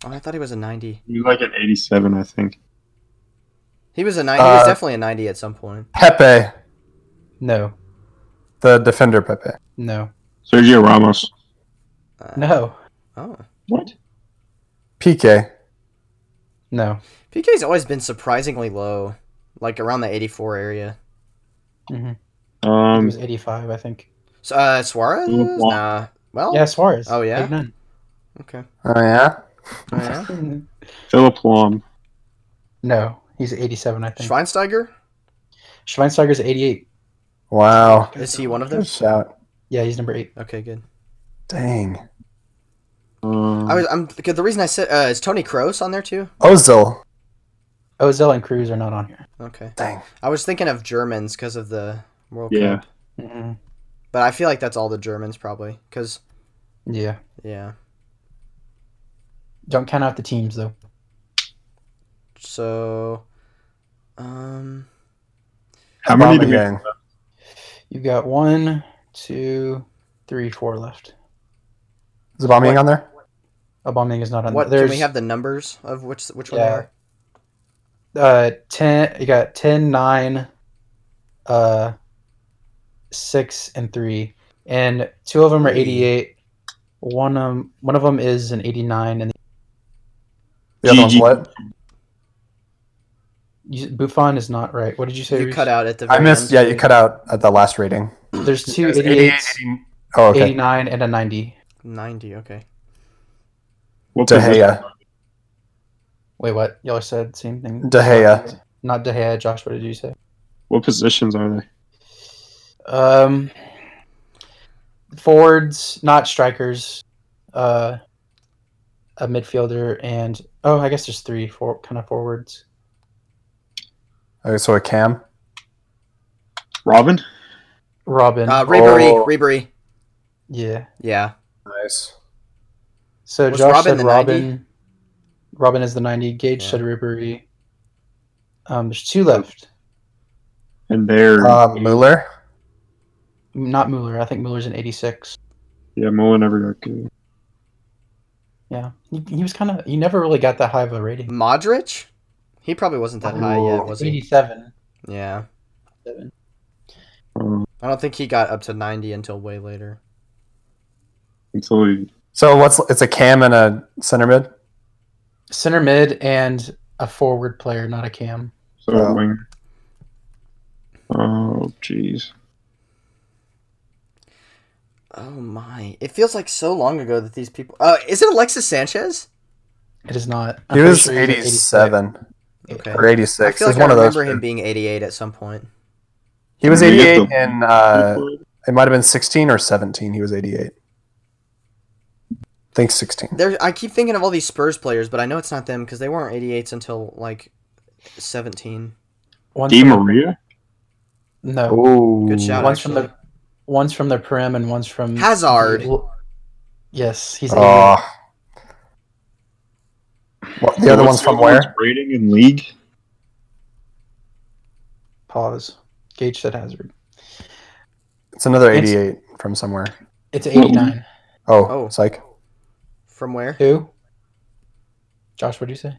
Oh, I thought he was a ninety.
he's like an 87, I think.
He was a ninety. he was
Uh,
definitely a ninety at some point.
Pepe,
No.
the defender. Pepe.
No.
Sergio Ramos.
Uh,
No.
Oh,
What?
PK.
No.
PK's always been surprisingly low, like around the eighty-four area.
He
Um,
was 85, I think.
So, uh, Suarez?
Mm,
Ooh, wow.
Nah. Well.
Yeah, Suarez.
Oh, yeah?
Big man.
*laughs*
Okay.
Oh yeah.
Oh, yeah.
Philip Lahm.
No. He's 87, I think.
Schweinsteiger?
Schweinsteiger's 88.
Wow.
Is he one of them?
Good shout.
Yeah, he's number 8.
Okay, good.
Dang.
Um,
I was. I'm. 'cause The reason I said uh, is Tony Kroos on there too.
Ozil.
Ozil and Cruz are not on here.
Okay.
Dang.
I was thinking of Germans because of the World
Yeah.
Cup,
Mm-mm.
Mm-hmm. but I feel like that's all the Germans probably. Because
Yeah.
yeah.
Don't count out the teams, though.
So, um,
how many do we
Aubameyang.
You've got one, two, three, four left.
Is Aubameyang on there?
Aubameyang is not on.
what
there.
can we have the numbers of which which one
Yeah.
they are?
Uh, ten. You got ten, nine, uh, six, and three, and two of them are
Three.
eighty-eight. One um, one of them is an eighty-nine, and
The other one's
GG.
what?
you, Buffon is not right. What did you say?
You
Reese?
cut out at the.
I
very end.
missed. Yeah, you cut out at the last rating.
There's two
It's
88s,
88. Oh, okay.
89, and a ninety.
Ninety. Okay.
What
De
position?
Gea.
Wait, what? Y'all said same thing.
De Gea.
Not De Gea. Josh, what did you say?
What positions are they?
Um, forwards, not strikers. Uh, a midfielder and oh, I guess there's three four kind of forwards.
Okay, so a Cam.
Robin?
Robin,
Uh, Ribery.
Oh.
Ribery.
yeah.
Yeah.
Nice.
So
Was
Josh
Robin
said
the
Robin. Robin is the ninety. Gage
Yeah.
said Ribery. Um, there's two left.
And they're
Uh, Mueller.
Not Mueller. I think Mueller's in 86.
Yeah, Muller never got good.
Yeah. He, he was kind of, he never really got that high of a rating.
Modric? He probably wasn't that high yet, was he?
87.
Oh.
Yeah.
Seven.
Um,
I don't think he got up to 90 until way later.
until he,
So what's it's a cam and a center mid?
Center mid and a forward player, not a cam.
so
Wow.
winger. Oh, jeez.
Oh my. It feels like so long ago that these people. Uh, is it Alexis Sanchez?
It is not. I'm
He
pretty
was
sure he's
87
Okay.
or 86.
I feel like
It was one
I
of those.
remember him being 88 at some point.
He was
You get
88
the-
and uh, it might have been 16 or 17. He was 88. I think 16.
There, I keep thinking of all these Spurs players, but I know it's not them because they weren't 88s until like 17.
One's
Di
from-
Maria?
No.
Oh,
Good shout.
One's from,
actually.
the, one's from the Prim and one's from.
Hazard.
Yes, he's 88.
Oh. What, the other
What's
one's from
other one's
where?
Rating in league?
Pause. Gage said Hazard.
It's another
It's-
88 from somewhere.
It's 89.
Oh,
Oh.
psych.
From where?
Who? Josh, what do you say?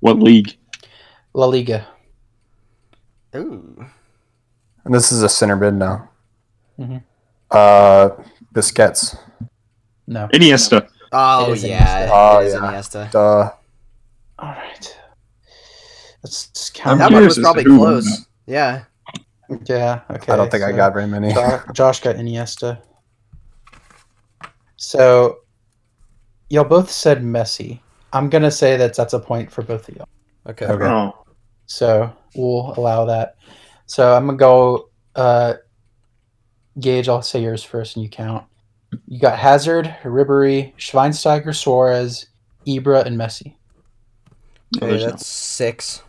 What league?
La Liga.
Ooh.
And this is a center mid now. Mm-hmm.
Mhm.
Uh, Biscuits.
No.
Iniesta.
Oh,
is
yeah.
Iniesta.
Oh,
it is
yeah.
Iniesta.
Duh.
All right. Let's count.
I'm
that
it.
one
curious
was
as to
probably
who won
close.
that.
Yeah.
Yeah. Okay.
I don't think I
so
got very many.
Jo- Josh got Iniesta. So, y'all both said Messi. I'm gonna say that that's a point for both of y'all.
Okay.
Okay.
Oh,
So we'll allow that. So I'm gonna go. Uh, Gage, I'll say yours first, and you count. You got Hazard, Ribery, Schweinsteiger, Suarez, Ibra, and Messi.
no,
Okay,
there's no-
that's six.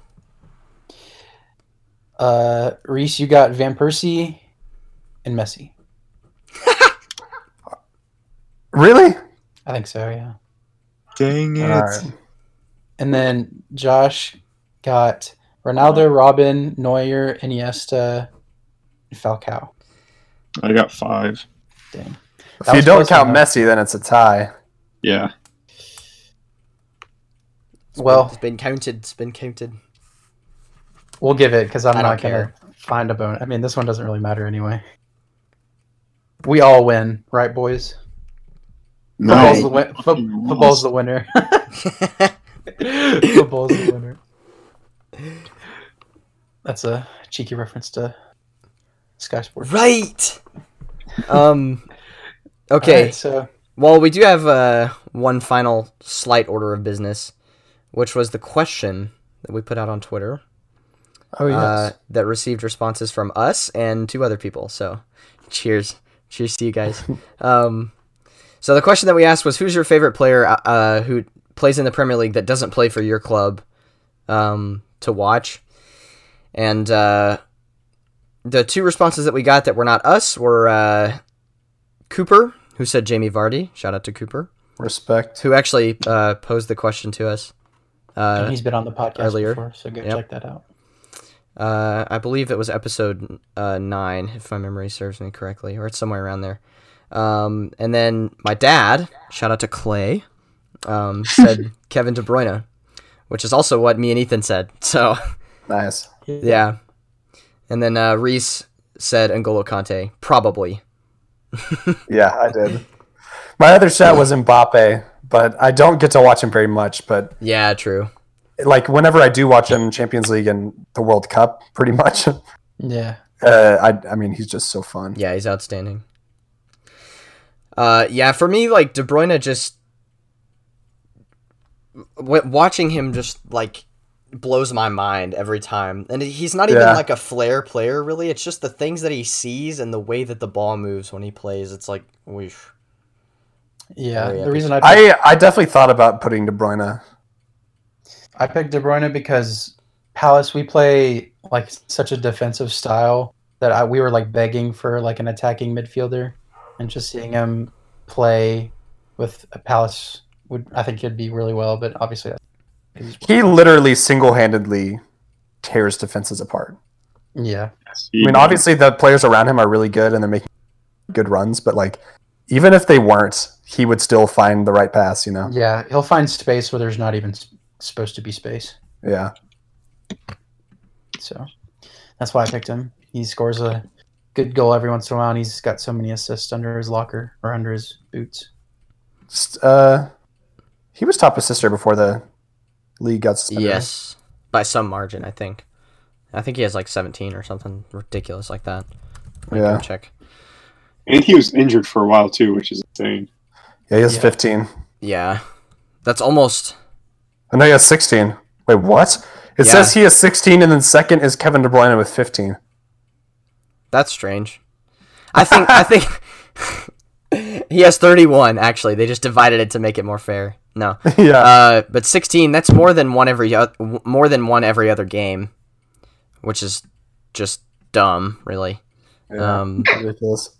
Uh, Reese, you got Van Persie and Messi.
Really?
I think so, yeah.
Dang it.
Alright.
And then Josh got Ronaldo, Robin, Neuer, Iniesta, and Falcao.
I got five.
Dang. That
If you
was
don't
close
count
enough.
Messi, then it's a tie.
Yeah.
Well,
It's been counted. It's been counted.
we'll give it because I'm
I don't
not gonna find a bone. I mean, this one doesn't really matter anyway. We all win, right, boys? Football's the,
No.
win- fo- football's the winner. *laughs* football's the winner. That's a cheeky reference to Sky Sports.
right. Um. Okay.
Alright, so
Well, we do have uh, one final slight order of business, which was the question that we put out on Twitter
Oh, yes.
uh, that received responses from us and two other people. So, cheers, cheers to you
*laughs*
guys. um, so the question that we asked was, who's your favorite player uh, who plays in the Premier League that doesn't play for your club um, to watch? And uh, the two responses that we got that were not us were uh, Cooper, who said Jamie Vardy. Shout out to Cooper,
Respect.
who actually uh, posed the question to us. Uh,
he's been on the podcast
earlier.
before, so go
Yep.
check that out.
Uh, I believe it was episode uh, nine, if my memory serves me correctly, or it's somewhere around there. Um, and then my dad, shout out to Clay, um, said Kevin De Bruyne, which is also what me and Ethan said. *laughs* So
Nice.
yeah. And then uh, Reese said N'Golo Kante, probably.
Yeah, I did. My other shot was Mbappe, but I don't get to watch him very much. But
Yeah, true.
like whenever I do watch him, Champions League and the World Cup, pretty much. *laughs* Uh,
Yeah.
I I mean, he's just so fun.
Yeah, he's outstanding. Uh, yeah, for me, like De Bruyne, just w- watching him just like blows my mind every time. And he's not even
Yeah.
like a flair player, really. It's just the things that he sees and the way that the ball moves when he plays. It's like, whoosh.
Yeah,
Very
the reason I picked,
I I definitely thought about putting De Bruyne.
I, picked De Bruyne because Palace we play like such a defensive style that I, we were like begging for like an attacking midfielder, and just seeing him play with a Palace would I think he'd be really well. But obviously, that's,
He literally single handedly tears defenses apart.
yeah,
I mean, obviously the players around him are really good and they're making good runs, but like even if they weren't, he would still find the right pass. You know?
Yeah, he'll find space where there's not even s- supposed to be space.
Yeah.
So that's why I picked him. He scores a good goal every once in a while, and he's got so many assists under his locker or under his boots.
S- Uh, he was top assister before the league got suspended. right?
Yes, by some margin, I think. I think he has like 17 or something ridiculous like that. Let me go
Yeah.
Check.
And he was injured for a while too, which is insane.
Yeah, he has
Yeah.
15.
Yeah, that's almost.
Oh, no, he has 16. Wait, what? It
Yeah.
says he has 16, and then second is Kevin De Bruyne with 15.
That's strange. I think. I think. *laughs* he has 31. Actually, they just divided it to make it more fair. No.
*laughs* yeah.
Uh, but 16. That's more than one every oth- w- more than one every other game, which is just dumb, really.
Yeah,
Um,
ridiculous.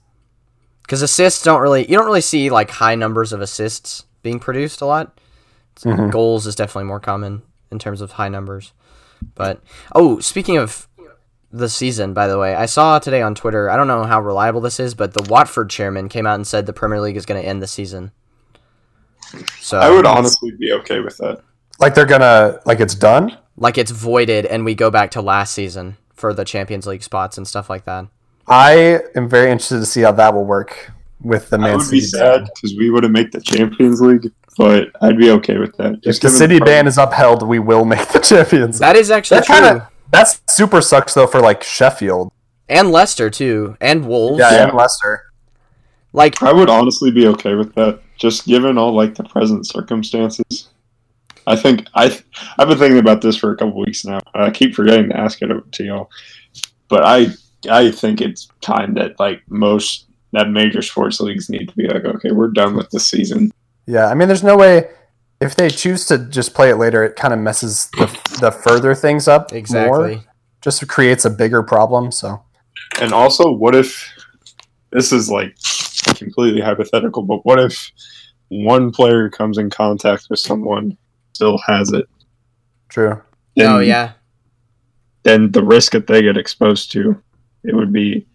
because assists don't really you don't really see like high numbers of assists being produced a lot. So
Mhm.
Goals is definitely more common in terms of high numbers. But oh, speaking of the season, by the way, I saw today on Twitter. I don't know how reliable this is, but the Watford chairman came out and said the Premier League is going to end the season. So
I would honestly be okay with that.
Like they're gonna like it's done.
like it's voided, and we go back to last season for the Champions League spots and stuff like that.
I am very interested to see how that will work with the
I
Man
would be
City.
sad because we wouldn't make the Champions League, but I'd be okay with that.
If
Just
the
given
City
pro-
ban is upheld, we will make the *laughs* champions.
That is actually
That
true,
kind of that's super sucks though for like Sheffield,
and Leicester too, and Wolves.
yeah,
Yeah.
and Leicester.
Like
I would honestly be okay with that, just given all like the present circumstances. I think I th- I've been thinking about this for a couple weeks now. I keep forgetting to ask it to y'all, but I I think it's time that like most that major sports leagues need to be like, okay, we're done with this season.
Yeah, I mean, there's no way if they choose to just play it later, it kind of messes the, the further things up
exactly.
more. Just creates a bigger problem. So
And also, what if this is like completely hypothetical, but what if one player comes in contact with someone still has it?
true.
Then-
oh yeah.
then the risk that they get exposed to, it would be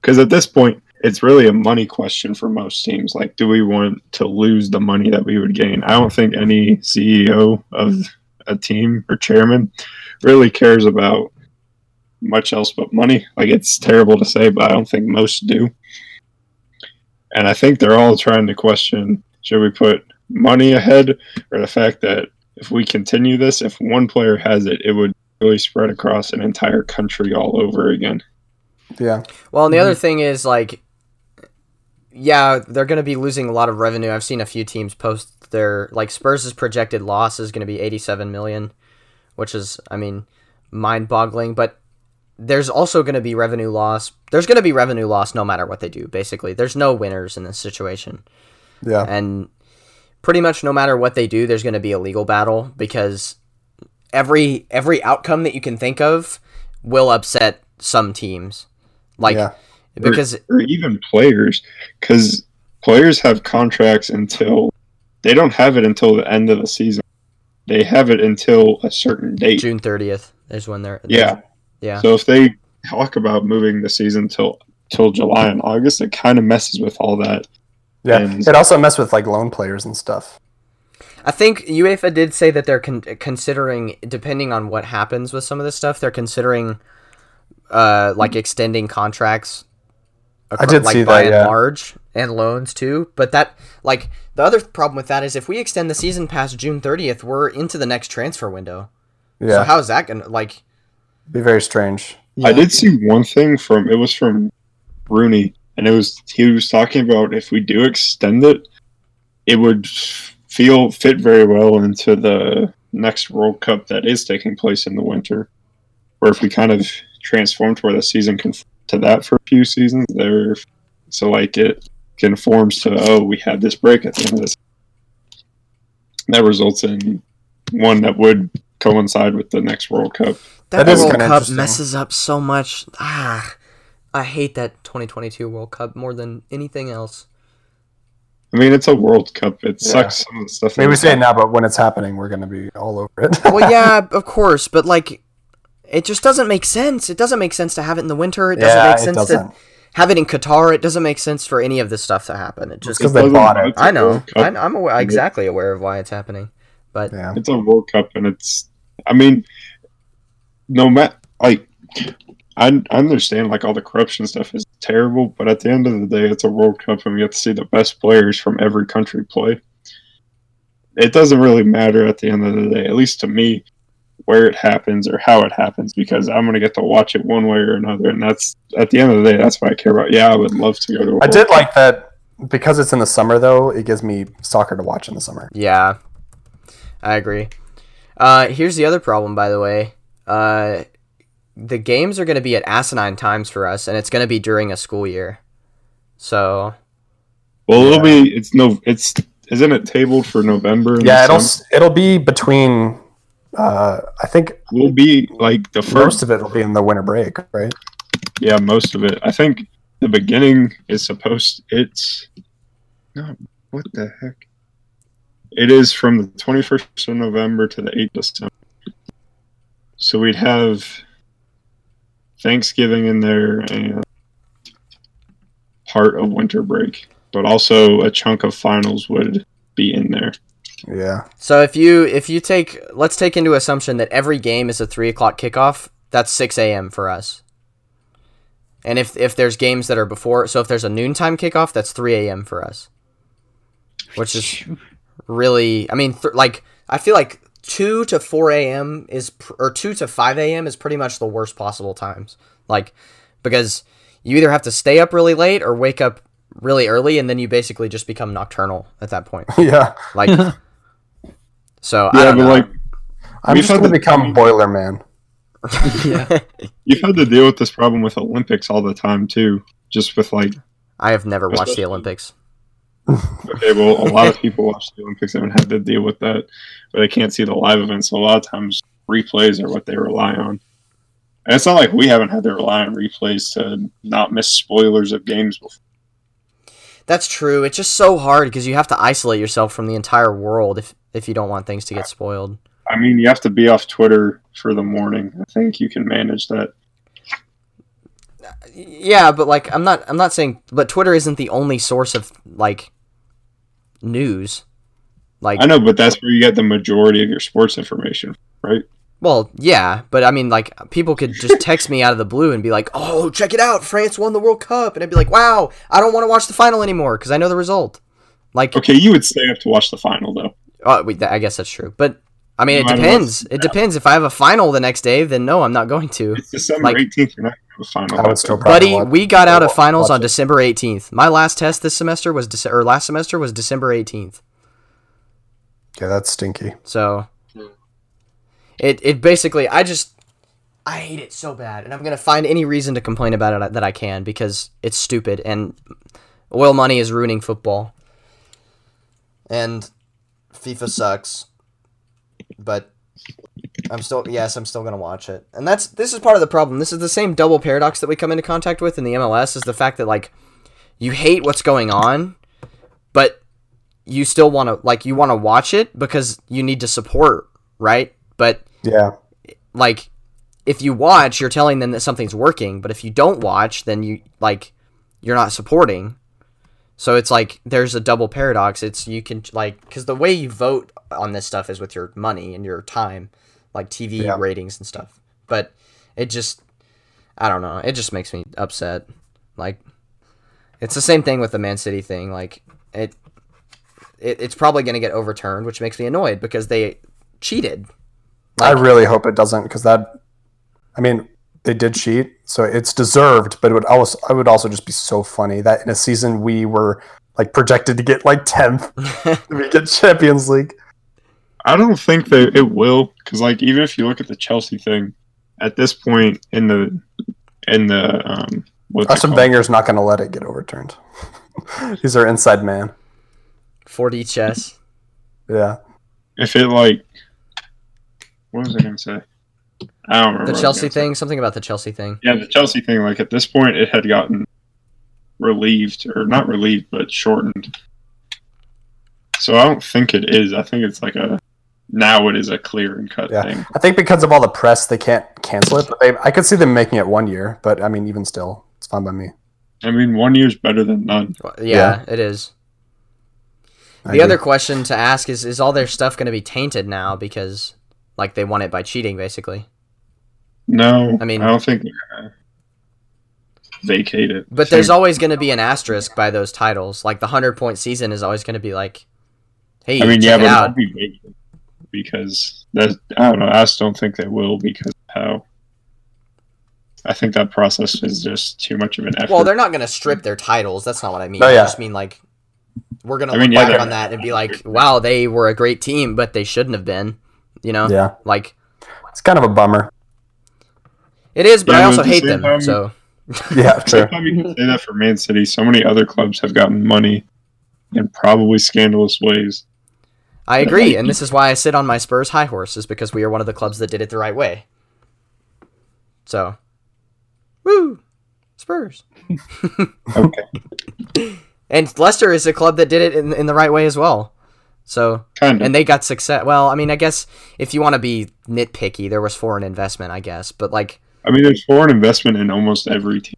because at this point it's really a money question for most teams. Like, do we want to lose the money that we would gain? I don't think any CEO of a team or chairman really cares about much else but money. Like, it's terrible to say, but I don't think most do. And I think they're all trying to question should we put money ahead or the fact that if we continue this, if one player has it, it would really spread across an entire country all over again.
Yeah,
Well, and the
Mm-hmm.
other thing is like, yeah, they're going to be losing a lot of revenue. I've seen a few teams post their like Spurs' projected loss is going to be eighty-seven million, which is, I mean, mind-boggling. But there's also going to be revenue loss. There's going to be revenue loss no matter what they do. Basically, there's no winners in this situation.
yeah,
And pretty much no matter what they do, there's going to be a legal battle because every every outcome that you can think of will upset some teams. Like
yeah.
because
e
Or even players, because players have contracts until they don't have it until the end of the season. They have it until a certain date.
June 30th is when they're
Yeah.
Yeah.
So if they talk about moving the season till till July and August, it kind of messes with all that.
Yeah,
And-
it also messed with like loan players and stuff.
I think UEFA did say that they're con- considering depending on what happens with some of this stuff, they're considering uh like extending contracts acro-
did
like
see
by
that,
and
yeah.
large and loans too, but that like the other problem with that is if we extend the season past June 30th, we're into the next transfer window. So
Yeah,
how is that going to like
be very strange.
I did see one thing from it was from Rooney, and it was he was talking about if we do extend it, it would feel fit very well into the next World Cup that is taking place in the winter, or if we kind of transform to where the season can to that for a few seasons there, so like it conforms to oh we had this break at the end of this. That results in one that would coincide with the next World Cup.
that,
That is
World
kinda
Cup
interesting.
messes up so much. Ah, I hate that 2022 World Cup more than anything else.
I mean, it's a World Cup. It
Yeah.
sucks some of the stuff.
I mean, we
that's
say it now, but when it's happening, we're gonna be all over it.
well, yeah, of course, but like, it just doesn't make sense. It doesn't make sense to have it in the winter. It doesn't
*laughs* yeah,
make sense
it doesn't.
to have it in Qatar. It doesn't make sense for any of this stuff to happen. It just
Because they bought it.
I know. I,
I,
I'm aware, exactly aware of why it's happening. But
Yeah.
it's a World Cup, and it's. I mean, no matter like, I, I understand like all the corruption stuff is terrible, but at the end of the day, it's a World Cup, and we get to see the best players from every country play. It doesn't really matter at the end of the day, at least to me, where it happens or how it happens, because I'm gonna get to watch it one way or another, and that's at the end of the day, that's what I care about. Yeah, I would love to go to. a
I
World
did like that because it's in the summer though. It gives me soccer to watch in the summer.
yeah, I agree. Uh, here's the other problem, by the way. Uh, the games are going to be at asinine times for us, and it's going to be during a school year. So
Well, it'll be it's no it's isn't it tabled for November? and
Yeah, it'll
December?
s- it'll be between. Uh, I think
will be like the
most
first.
of it will be in the winter break, right?
yeah, most of it. I think the beginning is supposed. It's no. What the heck? It is from the twenty first of November to the eighth of December. So we'd have Thanksgiving in there and part of winter break, but also a chunk of finals would be in there.
Yeah, *laughs*
So if you if you take let's take into assumption that every game is a three o'clock kickoff, that's six a.m. for us. And if if there's games that are before, so if there's a noontime kickoff, that's three a.m. for us, which is really I mean th- like I feel like two to four a.m. is pr- or two to five a.m. is pretty much the worst possible times, like because you either have to stay up really late or wake up really early, and then you basically just become nocturnal at that point.
yeah.
Like, so I
Yeah,
don't
but
know.
like
I'm
We've
just
had
gonna
the-
become Boiler Man.
You've had to deal with this problem with Olympics all the time too. Just with like,
*laughs* I have never watched the
Especially-
Olympics.
okay, well, a lot of people watch the Olympics and have to deal with that, but they can't see the live events. So a lot of times, replays are what they rely on. And it's not like we haven't had to rely on replays to not miss spoilers of games before.
That's true. It's just so hard because you have to isolate yourself from the entire world if if you don't want things to get spoiled.
I mean, you have to be off Twitter for the morning. I think you can manage that.
Yeah, but like I'm not I'm not saying but Twitter isn't the only source of like news. Like
I know, but that's where you get the majority of your sports information, right?
well, yeah, but I mean like people
*laughs*
could just text me out of the blue and be like, "Oh, check it out. France won the World Cup." And I'd be like, "Wow, I don't want to watch the final anymore because I know the result." Like
Okay, you would stay up to watch the final though.
Oh, wait, that, I guess that's true. But I mean,
You
it
might as well
depends.
sit
It depends. If I have a final the next day, then no, I'm not going to.
It's December
Like-
18th. You're not going to have a final.
I would still probably
Buddy,
watch-
we got out of
watch
finals on
it.
December 18th. My last test this semester was Dece- or last semester was December 18th.
Yeah, that's stinky.
So it it basically I just I hate it so bad, and I'm gonna find any reason to complain about it that I can because it's stupid and oil money is ruining football. And FIFA sucks, but I'm still yes, I'm still gonna watch it. And that's this is part of the problem. This is the same double paradox that we come into contact with in the MLS is the fact that like you hate what's going on, but you still want to like you want to watch it because you need to support, right? But
Yeah,
like if you watch, you're telling them that something's working, but if you don't watch, then you like you're not supporting. So it's like there's a double paradox. It's you can like cuz the way you vote on this stuff is with your money and your time, like TV
Yeah.
ratings and stuff. But it just I don't know. It just makes me upset. Like it's the same thing with the Man City thing. Like it, it it's probably going to get overturned, which makes me annoyed because they cheated. *laughs*
I really hope it doesn't because that. I mean, they did cheat, so it's deserved. But it would also, I would also just be so funny that in a season we were like projected to get like tenth, *laughs* we get Champions League.
I don't think that it will because, like, even if you look at the Chelsea thing, at this point in the in the um, what's it
Arsene
called?
Wenger's not going to let it get overturned. *laughs* He's our inside man.
4D chess.
Yeah,
if it like what was I gonna say? I don't remember
the
what I was
Chelsea
gonna say.
thing, something about the Chelsea thing.
Yeah, the Chelsea thing. Like at this point, it had gotten relieved or not relieved, but shortened. So I don't think it is. I think it's like a now it is a clear and cut
Yeah.
thing.
I think because of all the press, they can't cancel it. But they, I could see them making it one year. But I mean, even still, it's fine by me.
I mean, one year's better than none.
Well, yeah, it is.
I
the other
agree.
question to ask is: Is all their stuff going to be tainted now because, like, they won it by cheating, basically?
No,
I
I
mean-
mean, I don't think they're gonna vacate it.
But there's always going to be an asterisk by those titles. Like the hundred point season is always going to be like, "Hey,
I mean, yeah,
check
but
it
it
out."
won't be vacant because that's I don't know. I just don't think they will because of how. I think that process is just too much of an effort.
Well, they're not going to strip their titles. That's not what I mean.
Oh,
I
yeah.
just mean like we're going to
I
look
mean, yeah,
back
they're-
on that and be like, "Wow, they were a great team, but they shouldn't have been." You know,
Yeah,
like
it's kind of a bummer.
it is, but
Yeah,
I
but
also
at the
hate
same
them.
time-
so
Yeah, true.
I mean, you can say that for Man City. So many other clubs have gotten money in probably scandalous ways.
I
Yeah,
agree,
like-
and this is why I sit on my Spurs high horse is because we are one of the clubs that did it the right way. So, woo, Spurs.
Okay,
*laughs* And Leicester is a club that did it in, in the right way as well. So,
kind of.
and they got success. Well, I mean, I guess if you want to be nitpicky, there was foreign investment, I guess, but like
I mean, there's foreign investment in almost every team.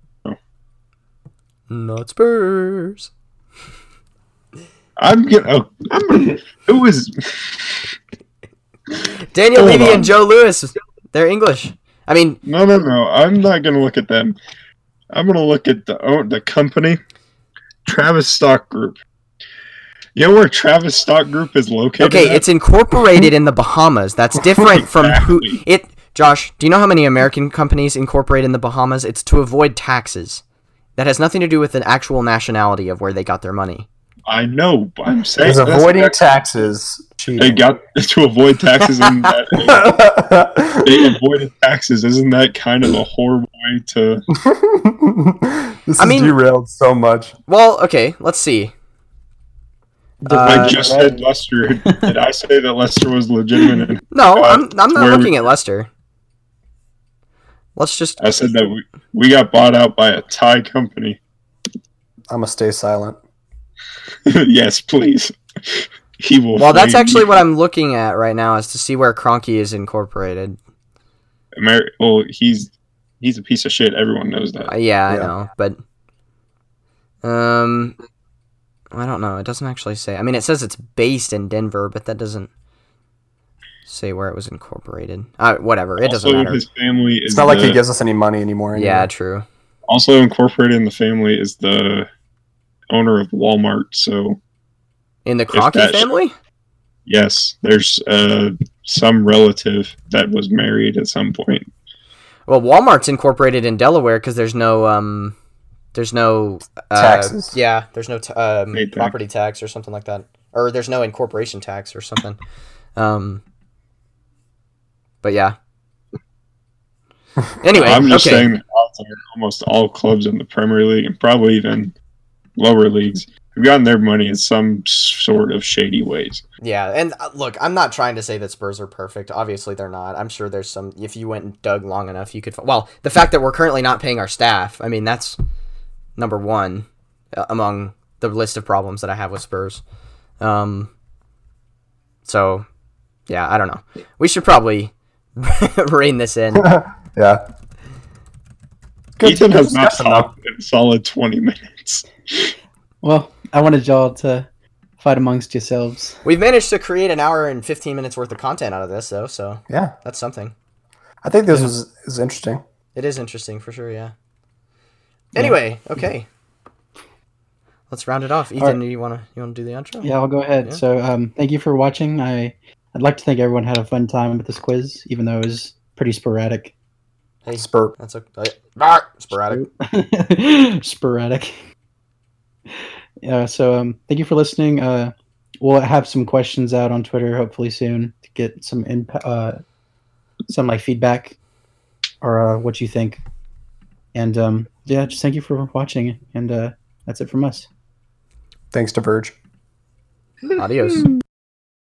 not Spurs.
I'm gonna. Oh, I'm gonna who is?
Daniel
Hold
Levy
on.
and Joe Lewis, they're English. I mean,
No, no, no. I'm not gonna look at them. I'm gonna look at the oh, the company, Travis Stock Group. You know where Travis Stock Group is located?
okay,
at?
it's incorporated in the Bahamas. That's different from who
Exactly.
it. Josh, do you know how many American companies incorporate in the Bahamas? It's to avoid taxes. That has nothing to do with the actual nationality of where they got their money.
I know. But I'm saying
Because
that's-
avoiding taxes,
They
cheating.
got *laughs* to avoid taxes and that they avoided taxes. Isn't that kind of a horrible way to?
*laughs* this
I
is
mean-
derailed so much.
Well, okay, let's see. Uh,
I just said
*laughs*
Lester. Did I say that Lester was legitimate? And
No,
Uh,
I'm I'm not
where we-
looking at Leicester. Let's just
I said that we, we got bought out by a Thai company. *laughs*
I'm gonna stay silent.
yes, please. *laughs* He will.
Well, that's
flame
actually
you.
what I'm looking at right now is to see where Cronky is incorporated.
Amer- well, he's he's a piece of shit. Everyone knows that.
Uh, yeah, I
Yeah.
know, but um I don't know. It doesn't actually say. I mean, it says it's based in Denver, but that doesn't say where it was incorporated. Uh, whatever. It doesn't
also,
matter.
his family is
It's not like
the-
he gives us any money anymore. anyway.
Yeah, true.
also incorporated in the family is the owner of Walmart. So
In the
that
Cronky
sh-
family?
yes, there's uh, some relative that was married at some point.
Well, Walmart's incorporated in Delaware because there's no um, there's no uh,
Taxes.
Yeah, there's no t- um,
State tax.
property tax or something like that, or there's no incorporation tax or something. Um, but
*laughs*
yeah. Anyway,
I'm just
okay.
saying that odds are almost all clubs in the Premier League and probably even lower leagues have gotten their money in some sort of shady ways.
Yeah, and uh, look, I'm not trying to say that Spurs are perfect. Obviously, they're not. I'm sure there's some. If you went and dug long enough, you could. fi- Well, the fact that we're currently not paying our staff, I mean, that's number one uh, among the list of problems that I have with Spurs. Um, so, yeah, I don't know. We should probably *laughs* rein this in.
Yeah. Good-
Ethan
good
has not
discussion, though.
talked in a solid 20 minutes.
Well, I wanted y'all to fight amongst yourselves.
We've managed to create an hour and 15 minutes worth of content out of this, though, so
Yeah,
that's something.
I think this was is interesting.
It is interesting for sure, yeah. Anyway, okay. Let's round it off. Ethan, you wanna you wanna do the outro?
Yeah, I'll go ahead.
Yeah.
So, um, thank you for watching. I I'd like to think everyone had a fun time with this quiz, even though it was pretty sporadic. *laughs*
Hey,
Spurt.
that's okay. Bark! Sporadic.
sporadic. Yeah, so um, thank you for listening. Uh, we'll have some questions out on Twitter hopefully soon to get some imp- uh, some like feedback or uh, what you think. And um, yeah, just thank you for watching, and uh, that's it from us.
Thanks to Verge.
Adios.